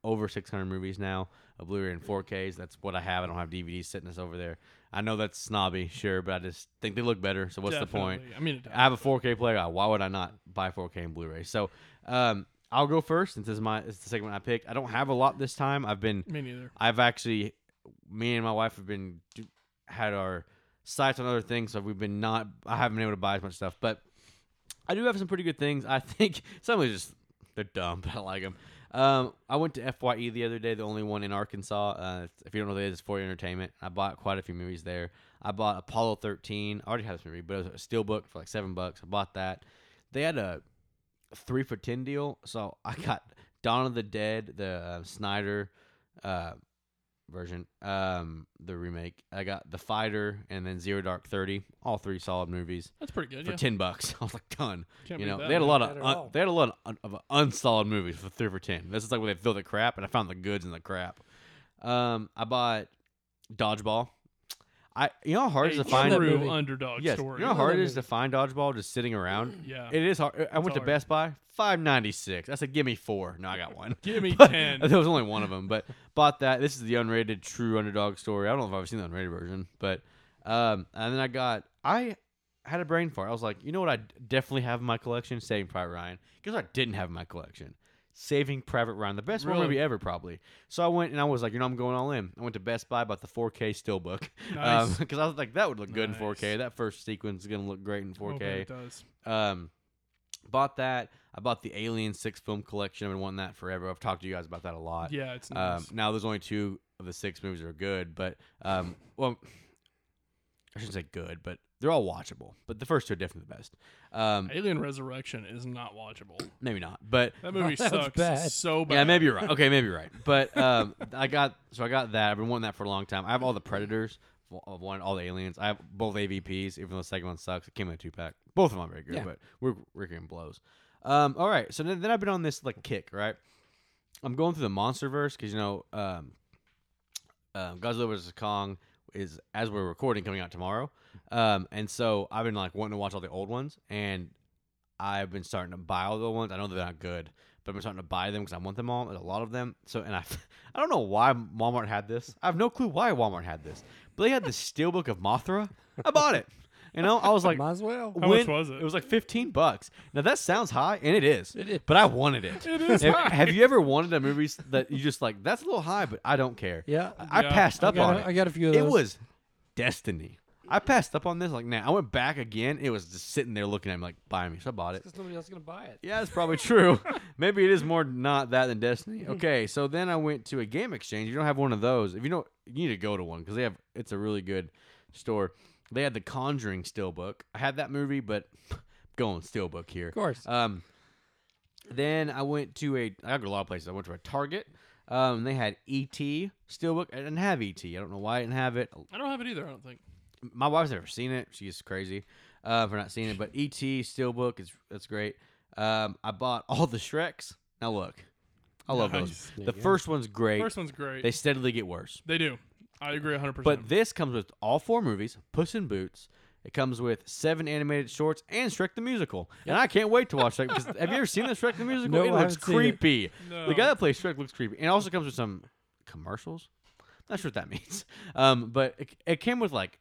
over 600 movies now, a Blu-ray and 4Ks. That's what I have. I don't have DVDs sitting us over there. I know that's snobby, sure, but I just think they look better. So what's the point? Definitely. I mean, it does. I have a 4K player. uh, Why would I not buy 4K and Blu-ray? So um, I'll go first. Since this is my this is the segment I picked. I don't have a lot this time. I've been Me neither. I've actually me and my wife have been do- had our sights on other things, so we've been not. I haven't been able to buy as much stuff, but I do have some pretty good things. I think some of them just they're dumb, but I like them. Um, I went to Fye the other day, the only one in Arkansas. Uh, if you don't know what it is, it's for your entertainment. I bought quite a few movies there. I bought Apollo 13. I already had this movie, but it was a steelbook for like seven bucks. I bought that. They had a three for ten deal, so I got Dawn of the Dead, the uh, Snyder uh, version, um, the remake. I got The Fighter, and then Zero Dark Thirty. All three solid movies That's pretty good. for Yeah. ten bucks. I was like, done. Can't you beat know, that, they had a man. lot Not of at all. un- they had a lot of, un- of unsolid movies for three for ten. This is like where they fill the crap, and I found the goods in the crap. Um, I bought Dodgeball. I you know how hard it is a to find that true movie. underdog yes, story. you know how hard it is movie. to find Dodgeball just sitting around. Yeah. it is hard. I went to hard. Best Buy five ninety six. I said, give me four. No, I got one. Give me But- ten. There was only one of them, but bought that. This is the unrated true underdog story. I don't know if I've seen the unrated version, but um, and then I got I had a brain fart. I was like, you know what? I d- definitely have in my collection Saving Private Ryan because I didn't have in my collection. Saving Private Ryan, the best war Really? movie ever, probably. So I went and I was like, you know, I'm going all in. I went to Best Buy, bought the 4K steelbook because Nice. I was like, that would look good in Nice. 4K. That first sequence is gonna look great in 4K. Oh, man, it does. Um, bought that. I bought the Alien six film collection. I've been wanting that forever. I've talked to you guys about that a lot. Yeah, it's nice. Um, now there's only two of the six movies that are good, but um, well, I shouldn't say good, but they're all watchable. But the first two are definitely the best. Um, Alien Resurrection is not watchable. maybe not, but That movie That's sucks bad. so bad. yeah, maybe you're right. Okay, maybe you're right. But um, I got so I got that. I've been wanting that for a long time. I have all the Predators. I've wanted all the aliens. I have both AVPs, even though the second one sucks. It came in a two pack. Both of them are very good, Yeah. but we're we're getting blows. Um, all right. So then, then I've been on this like kick, right? I'm going through the MonsterVerse because you know um, um, Godzilla vs Kong is as we're recording coming out tomorrow, um, and so I've been like wanting to watch all the old ones, and I've been starting to buy all the old ones. I know they're not good, but I'm starting to buy them because I want them all. There's a lot of them. So and I, I don't know why Walmart had this. I have no clue why Walmart had this, but they had the Steelbook of Mothra. I bought it. You know, I was like, oh, Might as well. How much when- was it? It was like fifteen bucks. Now that sounds high, and it is. It is. But I wanted it. It is Have, high. have you ever wanted a movie s- that you just like? That's a little high, but I don't care. Yeah. I, I Yeah. passed I up got on a- it. I got a few of It those. was destiny. I passed up on this. Like, now I went back again. It was just sitting there looking at me, like, buy me. So I bought it. nobody else is gonna buy it. Yeah, that's probably true. Maybe it is more not that than Destiny. Okay, so then I went to a game exchange. You don't have one of those. If you don't, you need to go to one because they have. It's a really good store. They had the Conjuring Steelbook. I had that movie, but going Steelbook here. Of course. Um, then I went to a. I got to a lot of places. I went to a Target. Um, they had ET Steelbook. I didn't have ET. I don't know why I didn't have it I don't have it either. I don't think. my wife's never seen it. She's crazy uh, for not seeing it. But ET Steelbook is that's great. Um, I bought all the Shreks. Now look, I love Nice. those. The first one's great. First one's great. they They, steadily get worse. do. I agree 100. But percent this comes with all four movies, Puss in Boots. It comes with seven animated shorts and Shrek the Musical, and I can't wait to watch that. Because have you ever seen the Shrek the Musical? No, it I looks haven't seen it. creepy. The No. guy that plays Shrek looks creepy, and it also comes with some commercials. Not sure what that means. Um, but it, it came with like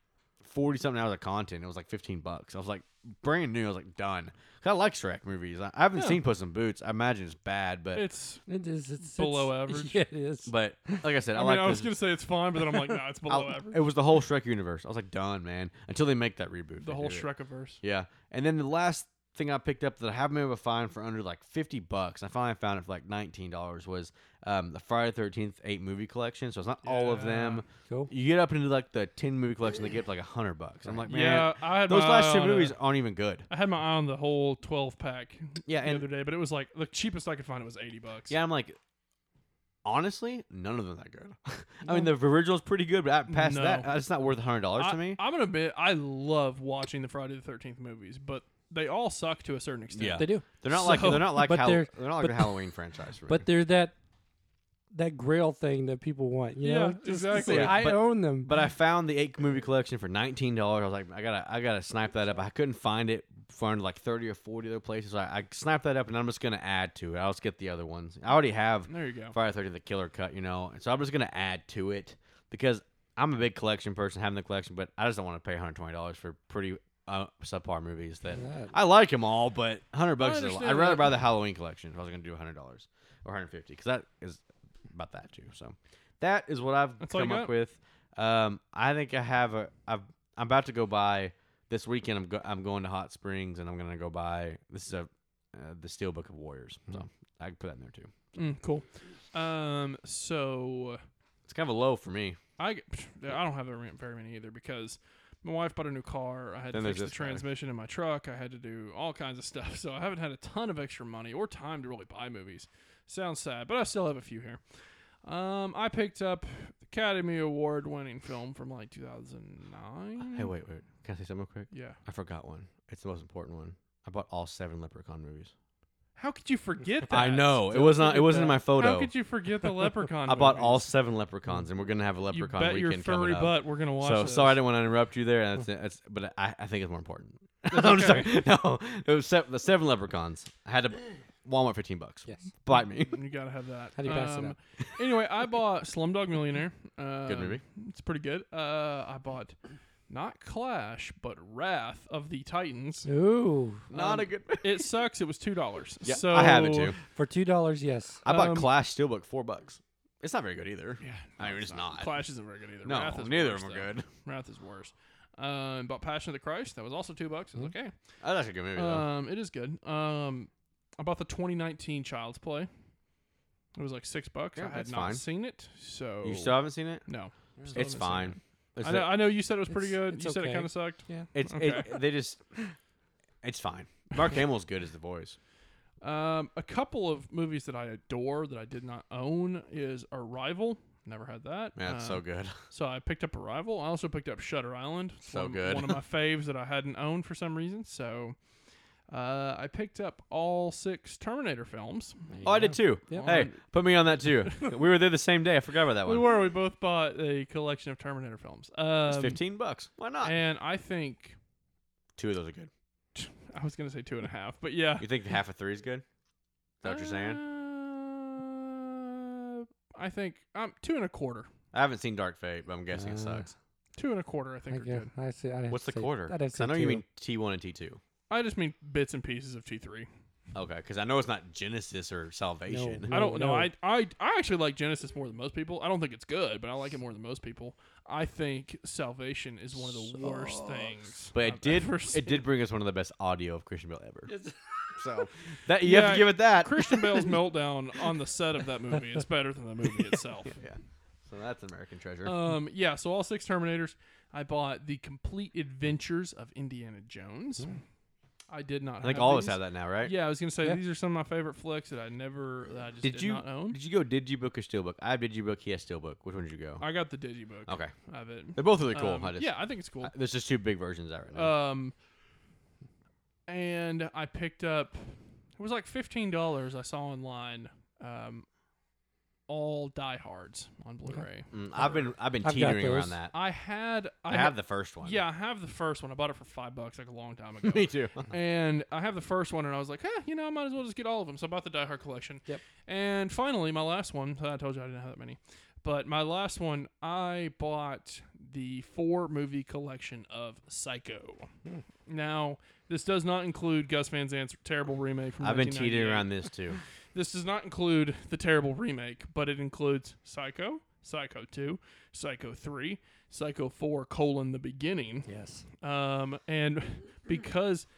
forty something hours of content. It was like fifteen bucks. I was like brand new. I was like done. 'Cause I like Shrek movies. I, I haven't seen Puss in Boots. I imagine it's bad, but it's. It is. It's Below it's- average. Yeah, it is. but like I said, I, I, mean, like. I was this- gonna say it's fine, but then I'm like, nah, it's below I'll- average. It was the whole Shrek universe. I was like done, man. Until they make that reboot. the they whole did it. Shrekiverse. Yeah. And then the last thing I picked up that I haven't been able to find for under like 50 bucks, I finally found it for like $19, was um, the Friday 13th 8 movie collection. So it's not all of them. Cool. You get up into like the 10 movie collection, they get like 100 bucks. I'm like, man, Yeah, I had those my last eye two on movies it. aren't even good. I had my eye on the whole 12 pack Yeah. the And other day, but it was like the cheapest I could find. It was 80 bucks. yeah, I'm like, honestly, none of them that good. I mean, the original's pretty good, but I- past No. that, uh, it's not worth $100 I, to me. am gonna admit I love watching the Friday the 13th movies, but they all suck to a certain extent. Yeah. They do. They're not like So- they're not like but Hall- they're, they're- not like but- the Halloween franchise. For me. But they're that that grail thing that people want. You Yeah, know? Just to exactly. say, Yeah, I but- own them. But I found the eight movie collection for nineteen dollars. I was like, I gotta, I gotta snipe that up. I couldn't find it for under, like thirty or forty other places. So I, I sniped that up, and I'm just gonna add to it. I'll just get the other ones. I already have There you go. Friday Thirteenth, the Killer Cut, you know. So I'm just gonna add to it because I'm a big collection person, having the collection, but I just don't want to pay 120 dollars for pretty uh, subpar movies that I like them all, but 100 bucks is a lot. understand I'd rather that. buy the Halloween collection if I was gonna do 100 dollars or 150 because that is about that too. So that is what I've That's all you come up got? with. Um, I think I have a. I've, I'm about to go buy this weekend. I'm go, I'm going to Hot Springs and I'm gonna go buy this is a uh, the Steelbook of Warriors. Hmm. So I can put that in there too. Mm, cool. Um, so It's kind of a low for me. I g- psh, I don't have very very many either because my wife bought a new car. I had Then to there's fix the this guy. transmission in my truck. I had to do all kinds of stuff, so I haven't had a ton of extra money or time to really buy movies. Sounds sad, but I still have a few here. Um, I picked up the Academy Award winning film from like 2009. Hey, wait, wait. Can I say something real quick? Yeah. I forgot one. It's the most important one. I bought all seven Leprechaun movies. How could you forget that? I know it was not. It wasn't in my How photo. could you forget the Leprechaun? I bought movies? Hmm. all seven Leprechauns, and we're gonna have a You Leprechaun bet your weekend coming furry up. butt. We're gonna watch. so this. sorry I didn't want to interrupt you there. That's, that's but I, I think it's more important. I'm just joking. No, it was seven, the seven leprechauns. I had to Walmart fifteen bucks. Yes. bite me. You gotta have that. How do you pass it Um, up? anyway, I bought Slumdog Millionaire. Uh, movie. It's pretty good. Uh, I bought not Clash, but Wrath of the Titans. Ooh, Not a good. It sucks. It was two dollars. Yeah, so I have it too. for two dollars, yes. I bought um, Clash Steelbook four bucks. It's not very good either. Yeah, I mean it's not. Clash isn't very good either. No, Wrath is neither worse, of 'em are though. good. Wrath is worse. Um, bought Passion of the Christ. That was also two bucks. It was okay. Oh, that's a good movie though. Um, it is good. Um, I bought the 2019 Child's Play. It was like six bucks. Yeah, I had that's not fine. seen it, so You still haven't seen it? no. still It's Oh. haven't seen it. fine. It's I know, the- I know you said it was pretty It's- good. it's You said it okay. kind of sucked. Yeah. it's Okay. it, they just. It's fine. Mark Hamill's good as the voice. Um, a couple of movies that I adore that I did not own is Arrival. Never had that. Man, it's Uh, so good. So I picked up Arrival. I also picked up Shutter Island. It's So one, good. One of my faves that I hadn't owned for some reason. So Uh, I picked up all six Terminator films. Oh, I did too. Yep. Hey, put me on that too. we were there the same day. I forgot about that We one. were. We both bought a collection of Terminator films. Um, It's fifteen bucks. Why not? And I think Two of those are good. I was gonna say two and a half, but yeah. You think half of three is good? Is that what you're saying? Uh, I think um, two and a quarter. I haven't seen Dark Fate, but I'm guessing Uh, it sucks. Two and a quarter, I think, I, are good. guess, I say, I'd have What's to the say- quarter? I'd have 'Cause to I know say you two. mean T1 and T2. I just mean bits and pieces of T three. Okay, because I know it's not Genesis or Salvation. No. I don't know. no. I, I I actually like Genesis more than most people. I don't think it's good, but I like it more than most people. I think Salvation is one of the worst things. But I've it did ever seen. it did bring us one of the best audio of Christian Bale ever. So That you have Yeah, to give it that. Christian Bale's meltdown on the set of that movie is better than the movie itself. yeah. So that's American Treasure. Um, yeah, so all six Terminators. I bought the complete adventures of Indiana Jones. I did not. Hmm. I think have all of us these. have that now, right? Yeah, I was gonna say Yeah. these are some of my favorite flicks that I never, that I just did, Did you not own. did you go did you book or steelbook? I have did you book, he has steelbook. Which one did you go? I got the digibook. okay. of it. They're both really cool. Um, I just, yeah, I think it's cool. I- there's just two big versions out right now. Um, and I picked up. It was like fifteen dollars. I saw online. Um, all diehards on Blu-ray. Mm, I've been I've been I've got teetering those. around that. I had. I have the first one. Yeah, I have the first one. I bought it for five bucks like a long time ago. Me too. And I have the first one, and I was like, huh, you know, I might as well just get all of them. So I bought the Die Hard collection. Yep. And finally, my last one. I told you I didn't have that many, but my last one, I bought the four movie collection of Psycho. Hmm. Now, this does not include Gus Van Zant's terrible remake from. I've been 1998. teetering around this too. This does not include the terrible remake, but it includes Psycho, Psycho Two, Psycho Three, Psycho Four: colon the beginning. Yes. Um, and because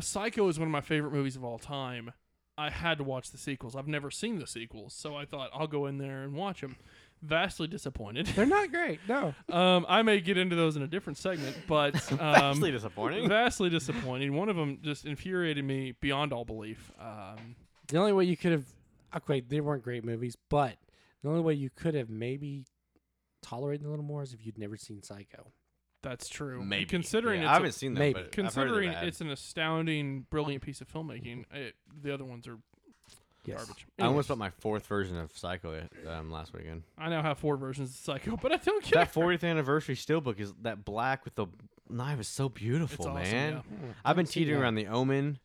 Psycho is one of my favorite movies of all time, I had to watch the sequels. I've never seen the sequels, so I thought I'll go in there and watch them. Vastly disappointed. They're not great. No. um, I may get into those in a different segment, but um, Actually disappointing. vastly disappointing. One of them just infuriated me beyond all belief. Um, The only way you could have, okay, they weren't great movies, but the only way you could have maybe tolerated a little more is if you'd never seen Psycho. that's true. And Maybe. Considering Yeah, it's I a- haven't seen that, maybe. but considering I've heard they're bad. it's an astounding, brilliant piece of filmmaking, it, the other ones are Yes. garbage. I almost bought my fourth version of Psycho um, last weekend. I now have four versions of Psycho, but I don't care. That 40th anniversary steelbook is that black with the knife is so beautiful, It's awesome, man. yeah. I've been seen teetering that. around the Omen,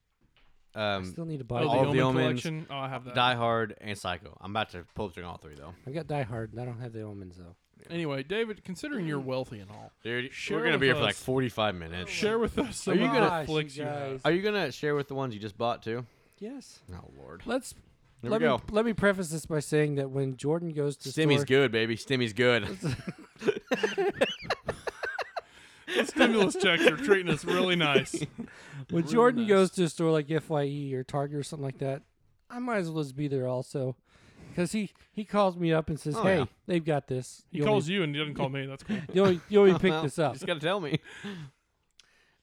um, Still need to Oh, buy it. the all Omen the Omens, collection. Oh, I have that. Die Hard, and Psycho. I'm about to pull through all three though. I've got Die Hard, and I don't have the Omens, though. Anyway, David, considering you're wealthy and all, Dude, Share we're gonna with be here for like us. 45 minutes. share with us some Are you of gonna- the Gosh, flicks you you have. guys. Are you gonna share with the ones you just bought too? Yes. Oh lord. Let's. There let we me go. let me preface this by saying that when Jordan goes to Stimmy's store, good, baby. Stimmy's good. Stimulus checks are treating us really nice. when Jordan goes to a store like Fye or Target or something like that, I might as well just be there also, because he he calls me up and says, Oh, "Hey, yeah. they've got this." He calls you and he doesn't call me. That's cool. You only, you only picked Well, this up, You just gotta tell me.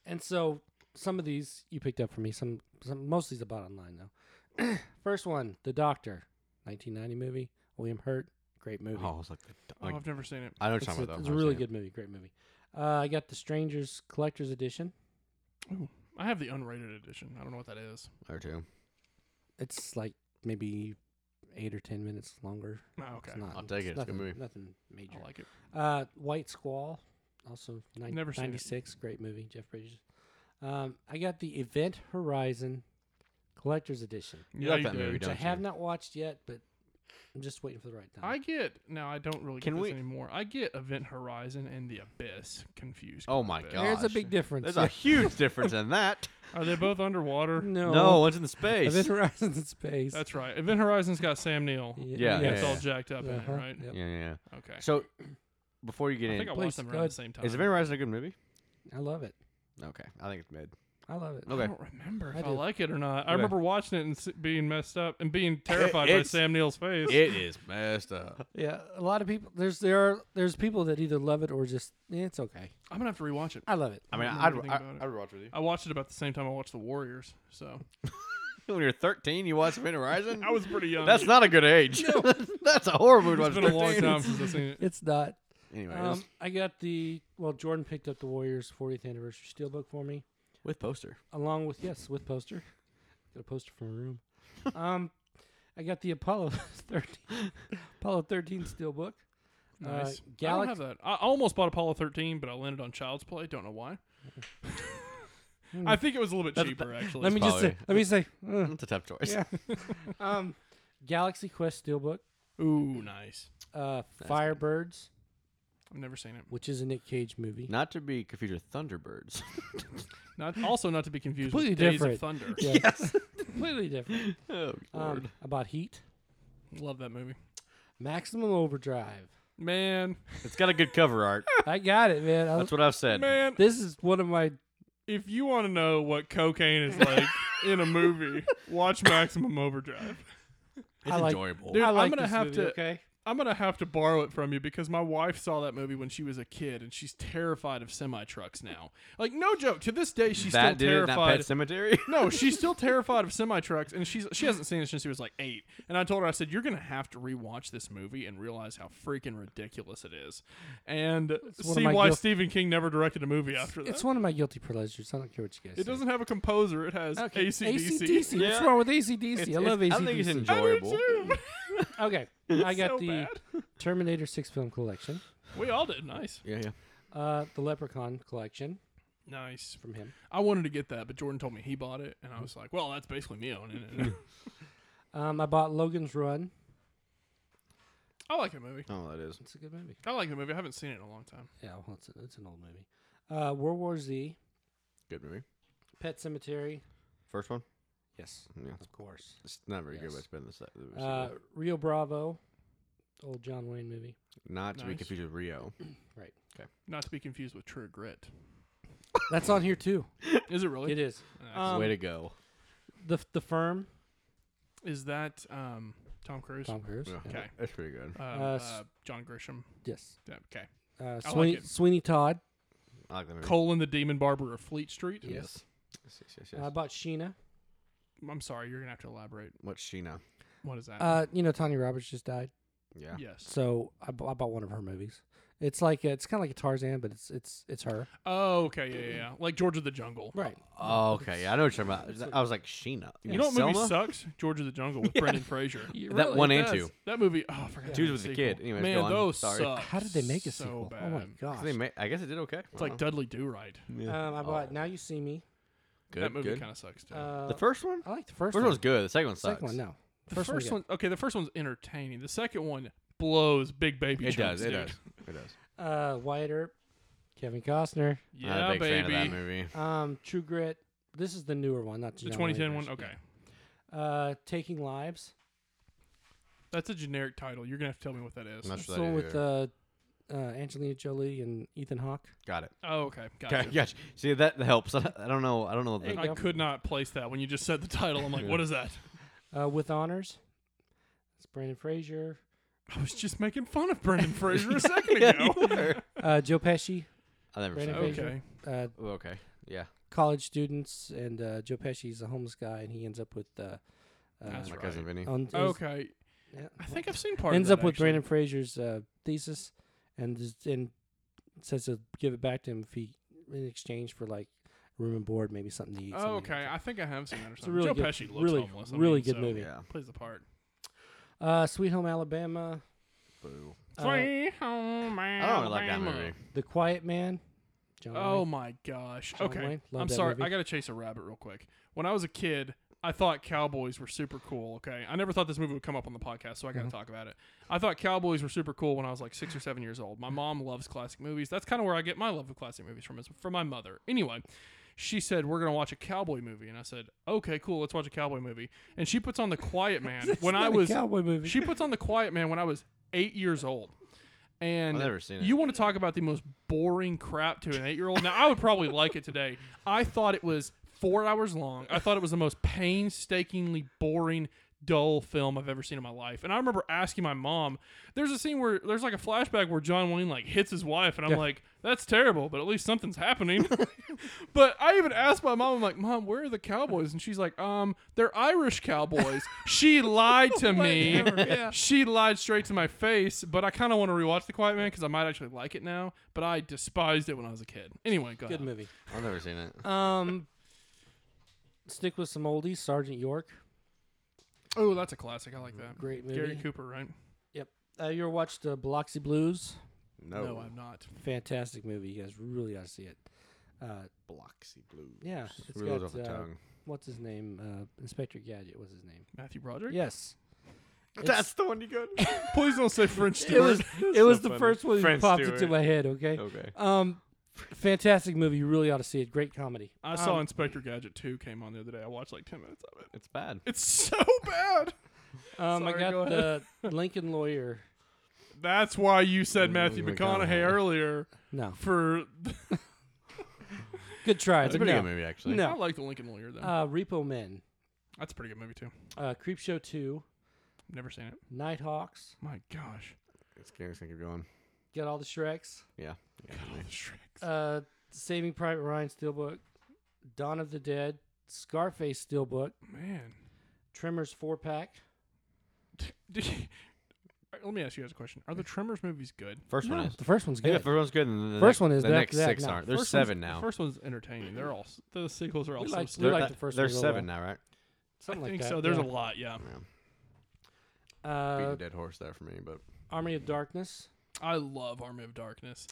and so some of these you picked up for me. Some some most of these I bought online though. First one, The Doctor, 1990 movie, William Hurt, great movie. Oh, it's like, Oh, like I've never seen it. I know what it's you're talking a, about. it's though. a I've really seen it. good movie, great movie. Uh, I got The Strangers Collector's Edition. I have the unrated edition. I don't know what that is. Or two. It's like maybe eight or ten minutes longer. No, Ah, okay. It's not, I'll take it. It's a nothing, good movie. Nothing major. I like it. Uh, White Squall, also nine- Never seen it. 96, great movie, Jeff Bridges. Um, I got the Event Horizon Collector's Edition, You yeah, like you that do. movie, which don't I have you? not watched yet, but I'm just waiting for the right time. I get now. I don't really Can get this we- anymore. I get Event Horizon and the Abyss confused. quite Oh a my bit. god. There's a big difference. There's a huge difference in that. Are they both underwater? no, No, one's in the space. Event Horizon's in space. That's right. Event Horizon's got Sam Neill. Y- Yeah, It's yes. all jacked up in Uh-huh, it, right? yep. Yeah, yeah. Okay. So, before you get I in, think I Please, watched them go around the ahead. same time. is Event Horizon a good movie? I love it. Okay, I think it's mid. I love it. Okay. I don't remember if I I, do. like it or not. I Okay. remember watching it and s- being messed up and being terrified by it's- Sam Neill's face. It is messed up. Yeah, a lot of people. There's there are there's people that either love it or just eh, it's okay. I'm gonna have to rewatch it. I love it. I mean, don't I'd, know anything I, about it. I'd watch with you. I watched it about the same time I watched The Warriors, so When you're 13, you watch Event Horizon? I was pretty young. That's not a good age. That's a horrible movie it's to been watch. a long 13. time since I've seen it. It's not. Anyway, Um, I got the well. Jordan picked up the Warriors 40th anniversary steelbook for me. with poster. along with yes, with poster. Got a poster from a room. um, I got the Apollo thirteen, Apollo thirteen steelbook. Nice. I Uh, Galax- don't have that. I I almost bought Apollo 13, but I landed on Child's Play. Don't know why. I think it was a little bit cheaper, actually. Hmm. Let me just say. Let me say. uh, That's a tough choice. yeah. um, Galaxy Quest steelbook. Ooh, nice. Uh, Firebirds, I've never seen it. which is a Nick Cage movie. Not to be confused with Thunderbirds. Not also not to be confused Completely with Days different. of Thunder. Yes. Completely different. oh, Lord. Um, about Heat. Love that movie. Maximum Overdrive. Man, it's got a good cover art. I got it, man. I was- That's what I've said. man, this is one of my. if you want to know what cocaine is like in a movie, watch Maximum Overdrive. It's I like- enjoyable. Dude, I like am gonna this have movie, to okay? I'm gonna have to borrow it from you because my wife saw that movie when she was a kid and she's terrified of semi trucks now. Like no joke, to this day she's that still did it, not terrified. Pet Cemetery. no, she's still terrified of semi trucks, and she's she hasn't seen it since she was like eight. And I told her, I said, "You're gonna have to rewatch this movie and realize how freaking ridiculous it is, and one of see my why guilt- Stephen King never directed a movie after that." It's one of my guilty pleasures. I don't care what you guys it say. doesn't have a composer; it has Okay, ACDC. AC/DC. What's Yeah. wrong with ACDC? I love It's- ACDC. I think it's I do enjoyable. too. okay, I got So the bad. Terminator 6 film collection, we all did. Nice, Yeah, yeah. uh, the Leprechaun collection nice. from him, I wanted to get that, but Jordan told me he bought it, and I was like, "Well, that's basically me owning it." Um, I bought Logan's Run. I like the movie. Oh, that is. It's a good movie. I like the movie. I haven't seen it in a long time. Yeah, well, it's, a, it's an old movie. Uh, World War Z, Good movie. Pet Cemetery. First one? Yes, Yeah. of course. It's not very good, Yes. but it's been the second. Uh, Rio Bravo, old John Wayne movie. not to be nice. confused with Rio. Not to be confused with True Grit. That's on here too. Is it really? It is. Way Um, to go. the the firm. Is that um, Tom Cruise? Tom Cruise. Yeah. Yeah. Okay. That's pretty good. Um, Uh, s- uh, John Grisham. Yes. Yeah, Okay. Uh, I Sweeney, like it. Sweeney Todd. I like that movie. Colin the Demon Barber of Fleet Street. Yes. Yes, yes, yes. yes. I bought Sheena. I'm sorry, you're gonna have to elaborate. What's Sheena? What is that? Uh, you know, Tanya Roberts just died, Yeah. yes. so I, bu- I bought one of her movies. It's like a, it's kind of like a Tarzan, but it's it's it's her. Oh, okay. Yeah, yeah, yeah. Like George of the Jungle. Right. Oh, okay. Yeah, I know what you're talking about. I was like, Sheena. You know what movie sucks? George of the Jungle with Brendan Fraser. That one and two. That movie. Oh, I forgot. Two the was a sequel. kid. Anyways, Man, go on. those Sorry. suck. Oh, How did they make a so sequel? Bad. Oh my gosh. They ma- I guess it did okay. It's like Dudley Do Right. Um, I bought Now You See Me. good. that movie good. kind of sucks too. Uh, the first one? I like the first, first one. one's good. The second one The sucks. second one, no. the first first, one we got. one, okay, the first one's entertaining. The second one blows big baby. It chunks, does. It dude. does. It does. Uh, Wyatt Earp, Kevin Costner, Yeah, I'm a big baby. fan of that movie. um, True Grit. This is the newer one, not The 2010 one. Okay, Uh, Taking Lives. that's a generic title. You're gonna have to tell me what that is. I'm not That's sure the one that with either. uh, uh, Angelina Jolie and Ethan Hawke. Got it. Oh, okay, gotcha. Okay, gotcha. See that that helps. I don't know. I don't know. Hey, The, I could not place that when you just said the title. I'm like, what is that? Uh, with honors. It's Brandon Fraser. I was just making fun of Brendan Fraser a second ago. Uh, Joe Pesci, I never seen Brandon it. Fraser. okay, uh, Oh, Okay. Yeah. college students, and uh, Joe Pesci's a homeless guy, and he ends up with. Uh, uh, That's My right. cousin Vinny. on, is- okay. yeah, I think I've seen part. ends of up that, with actually. Brandon Fraser's uh, thesis, and is- and says to give it back to him if he in exchange for like room and board, maybe something to eat. Oh, something okay. like I think I have seen that or It's a something. really Joe good- Pesci looks really- homeless. I really mean, good so movie. Yeah. Plays the part. that. Uh, Sweet Home Alabama, Boo. uh, Sweet Home I don't really like that Alabama. movie. The Quiet Man. John Oh Wayne. my gosh. John okay. Wayne. Love I'm that sorry. movie. I got to chase a rabbit real quick. When I was a kid, I thought cowboys were super cool. Okay. I never thought this movie would come up on the podcast, so I Mm-hmm. got to talk about it. I thought cowboys were super cool when I was like six or seven years old. My mom loves classic movies. That's kind of where I get my love of classic movies from, is from my mother. Anyway. She said, We're going to watch a cowboy movie. And I said, Okay, cool. Let's watch a cowboy movie. And she puts on The Quiet Man when Not I a was cowboy movie. she puts on the Quiet Man when I was eight years old. And I've never seen it. you want to talk about the most boring crap to an eight year old? Now, I would probably like it today. I thought it was four hours long. I thought it was the most painstakingly boring, dull film I've ever seen in my life. And I remember asking my mom, there's a scene where there's like a flashback where John Wayne like hits his wife, and I'm like, that's terrible, but at least something's happening. But I even asked my mom, I'm like, Mom, where are the cowboys? And she's like, Um, they're Irish cowboys. she lied to me. She lied straight to my face. But I kind of want to rewatch The Quiet Man because I might actually like it now. But I despised it when I was a kid. Anyway, go Good ahead. movie. I've never seen it. Um, stick with some oldies. Sergeant York, Oh, that's a classic. I like that. great movie. Gary Cooper, right? Yep. Uh, you ever watched uh, Biloxi Blues? No, Oh. No, I'm not. Fantastic movie. You guys really got to see it. Uh, Bloxy Blue. yeah, it's Rules got, off the uh, tongue. What's his name? Uh, Inspector Gadget. What's his name? Matthew Broderick. Yes. That's the one you got. Please don't say French it Stewart. was it was so the funny. first one that French popped Stewart. into my head. Okay. okay. Um, fantastic movie. You really ought to see it. Great comedy. I saw Inspector Gadget 2 came on the other day. I watched like 10 minutes of it. It's bad. It's so bad. Um, Sorry, I go got the Lincoln Lawyer. That's why you Oh, said Matthew McConaughey. McConaughey earlier No, for. good try. It's a but pretty no. good movie, actually. I No, like the Lincoln Lawyer though. uh, Repo Men, That's a pretty good movie too. uh, Creepshow Two, Never seen it. Nighthawks. My gosh. It's gonna it's gonna keep going. Get all the Shreks. Yeah. yeah Uh, Saving Private Ryan Steelbook, Dawn of the Dead, Scarface Steelbook, Oh, Man. Tremors Four Pack. Did you- Alright, Let me ask you guys a question. Are the Tremors movies good? First one is. the first one's Yeah, good. first one's good. And the next, First one is, The but next after that, six no. aren't. There's First one's- seven now. The first one's entertaining. They're all s- the sequels are all We so like- we stupid. like There- the first There's one a seven now, I right? Something like think that, so. There's yeah. a lot. Yeah. Beat a Uh, dead horse there for me, but Army of Darkness. I love Army of Darkness.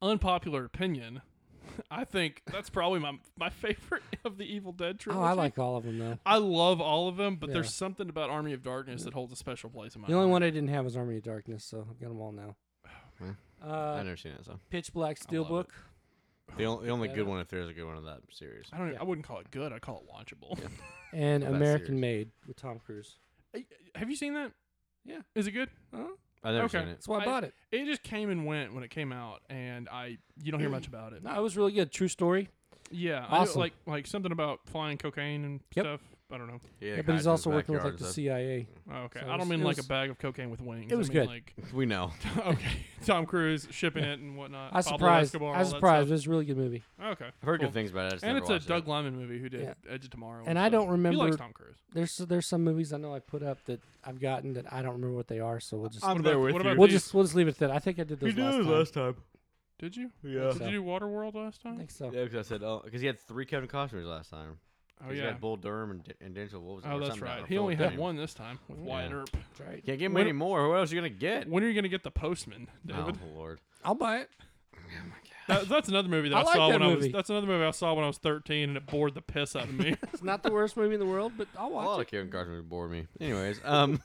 Unpopular opinion. I think that's probably my my favorite of the Evil Dead Oh, trilogy. I like all of them though. I love all of them, but Yeah. there's something about Army of Darkness that holds a special place in my The only heart. one I didn't have was Army of Darkness, so I've got them all now. Oh, man. Uh, I've never seen it. So Pitch Black Steelbook. the only, the only that good up. one, if there's a good one of that series, I don't. e, Yeah. I wouldn't call it good. I call it watchable. and Not that American serious. Made with Tom Cruise. I- Have you seen that? Yeah. Uh-huh. Is it good? I've never Okay. seen it. That's why I, I- bought it. It just came and went when it came out, and I you don't hear much about it. No, it was really good. True story. Yeah. I know, Awesome. like like something about flying cocaine and Yep. stuff. I don't know. Yeah, Yeah, but he's guys in also his working with backyard like the and CIA. Oh, okay. So it I don't was- mean it like was- a bag of cocaine with wings. it was I mean, good. Like stuff. We know. okay, Tom Cruise shipping it and whatnot. I was Pablo surprised. Escobar, I all was that surprised. It was a really good movie. stuff. Okay. I've heard cool. good things about it. I just And never it's a watched it. Doug Lyman movie who did Yeah. Edge of Tomorrow. And I don't stuff. He remember- likes Tom Cruise. There's there's some movies I know I put up that I've gotten that I don't remember what they are, so we'll just I'm What there about- with what you. about we'll these- just we'll just leave it at that. I think I did those last time. time. Did you? Yeah. Did you do Waterworld last I time? think so. Yeah, because I said, oh, because he had three Kevin Costners last time. Oh 'Cause He yeah. had Bull Durham and, D- and Denzel Wolves. Oh, that's right. He only had one this time with Wyatt Yeah. Earp. That's right. Can't give him When- any more. What else are you gonna get? When are you going to get the Postman, Oh David? Lord. I'll buy it. That- that's another movie that I I, like saw that when I was. movie. That's another movie I saw when I was 13, and it bored the piss out of me. It's not the worst movie in the world, but I'll A lot watch of it. Kevin Costner would bore me. Anyways, um,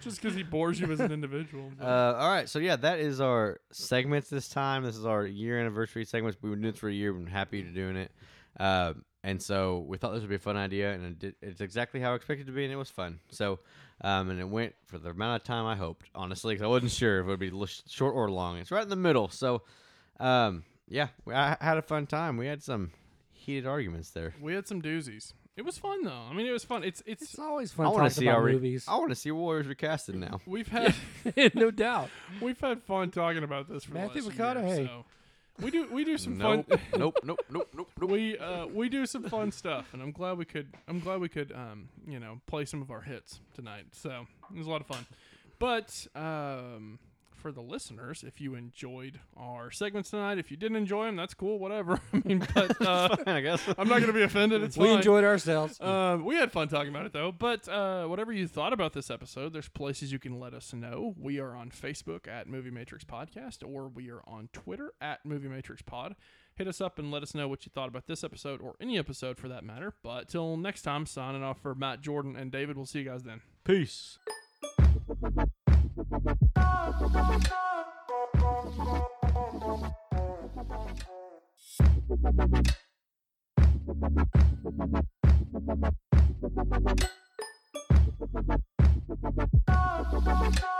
Just because he bores you as an individual. uh, all right. So yeah, that is our segments this time. This is our year anniversary segments. We've been doing it for a year. We've been happy to doing it. Uh, and so we thought this would be a fun idea, and it did, it's exactly how I expected it to be, and it was fun. So, um, and it went for the amount of time I hoped, honestly, 'cause I wasn't sure if it would be l- short or long. It's right in the middle. So, um, yeah, we- I had a fun time. We had some heated arguments there. we had some doozies. It was fun though. I mean, it was fun. It's it's. It's always I fun wanna talking see about our re- movies. I want to see Warriors recasted now. We've had no doubt. we've had fun talking about this for the Matthew last McConaughey. Year, so. We do we do some Nope, fun. nope, nope, nope, nope, nope. we uh we do some fun stuff, and I'm glad we could. I'm glad we could um you know play some of our hits tonight. So it was a lot of fun. But um for the listeners, if you enjoyed our segments tonight, if you didn't enjoy them, that's cool. Whatever. I mean, but uh, I guess. I'm not gonna be offended. It's We fine. enjoyed ourselves. Um, we had fun talking about it though. But uh, whatever you thought about this episode, there's places you can let us know. We are on Facebook at Movie Matrix Podcast, or we are on Twitter at Movie Matrix Pod. Hit us up and let us know what you thought about this episode or any episode for that matter. But till next time, signing off for Matt Jordan and David. We'll see you guys then. Peace. Thank you.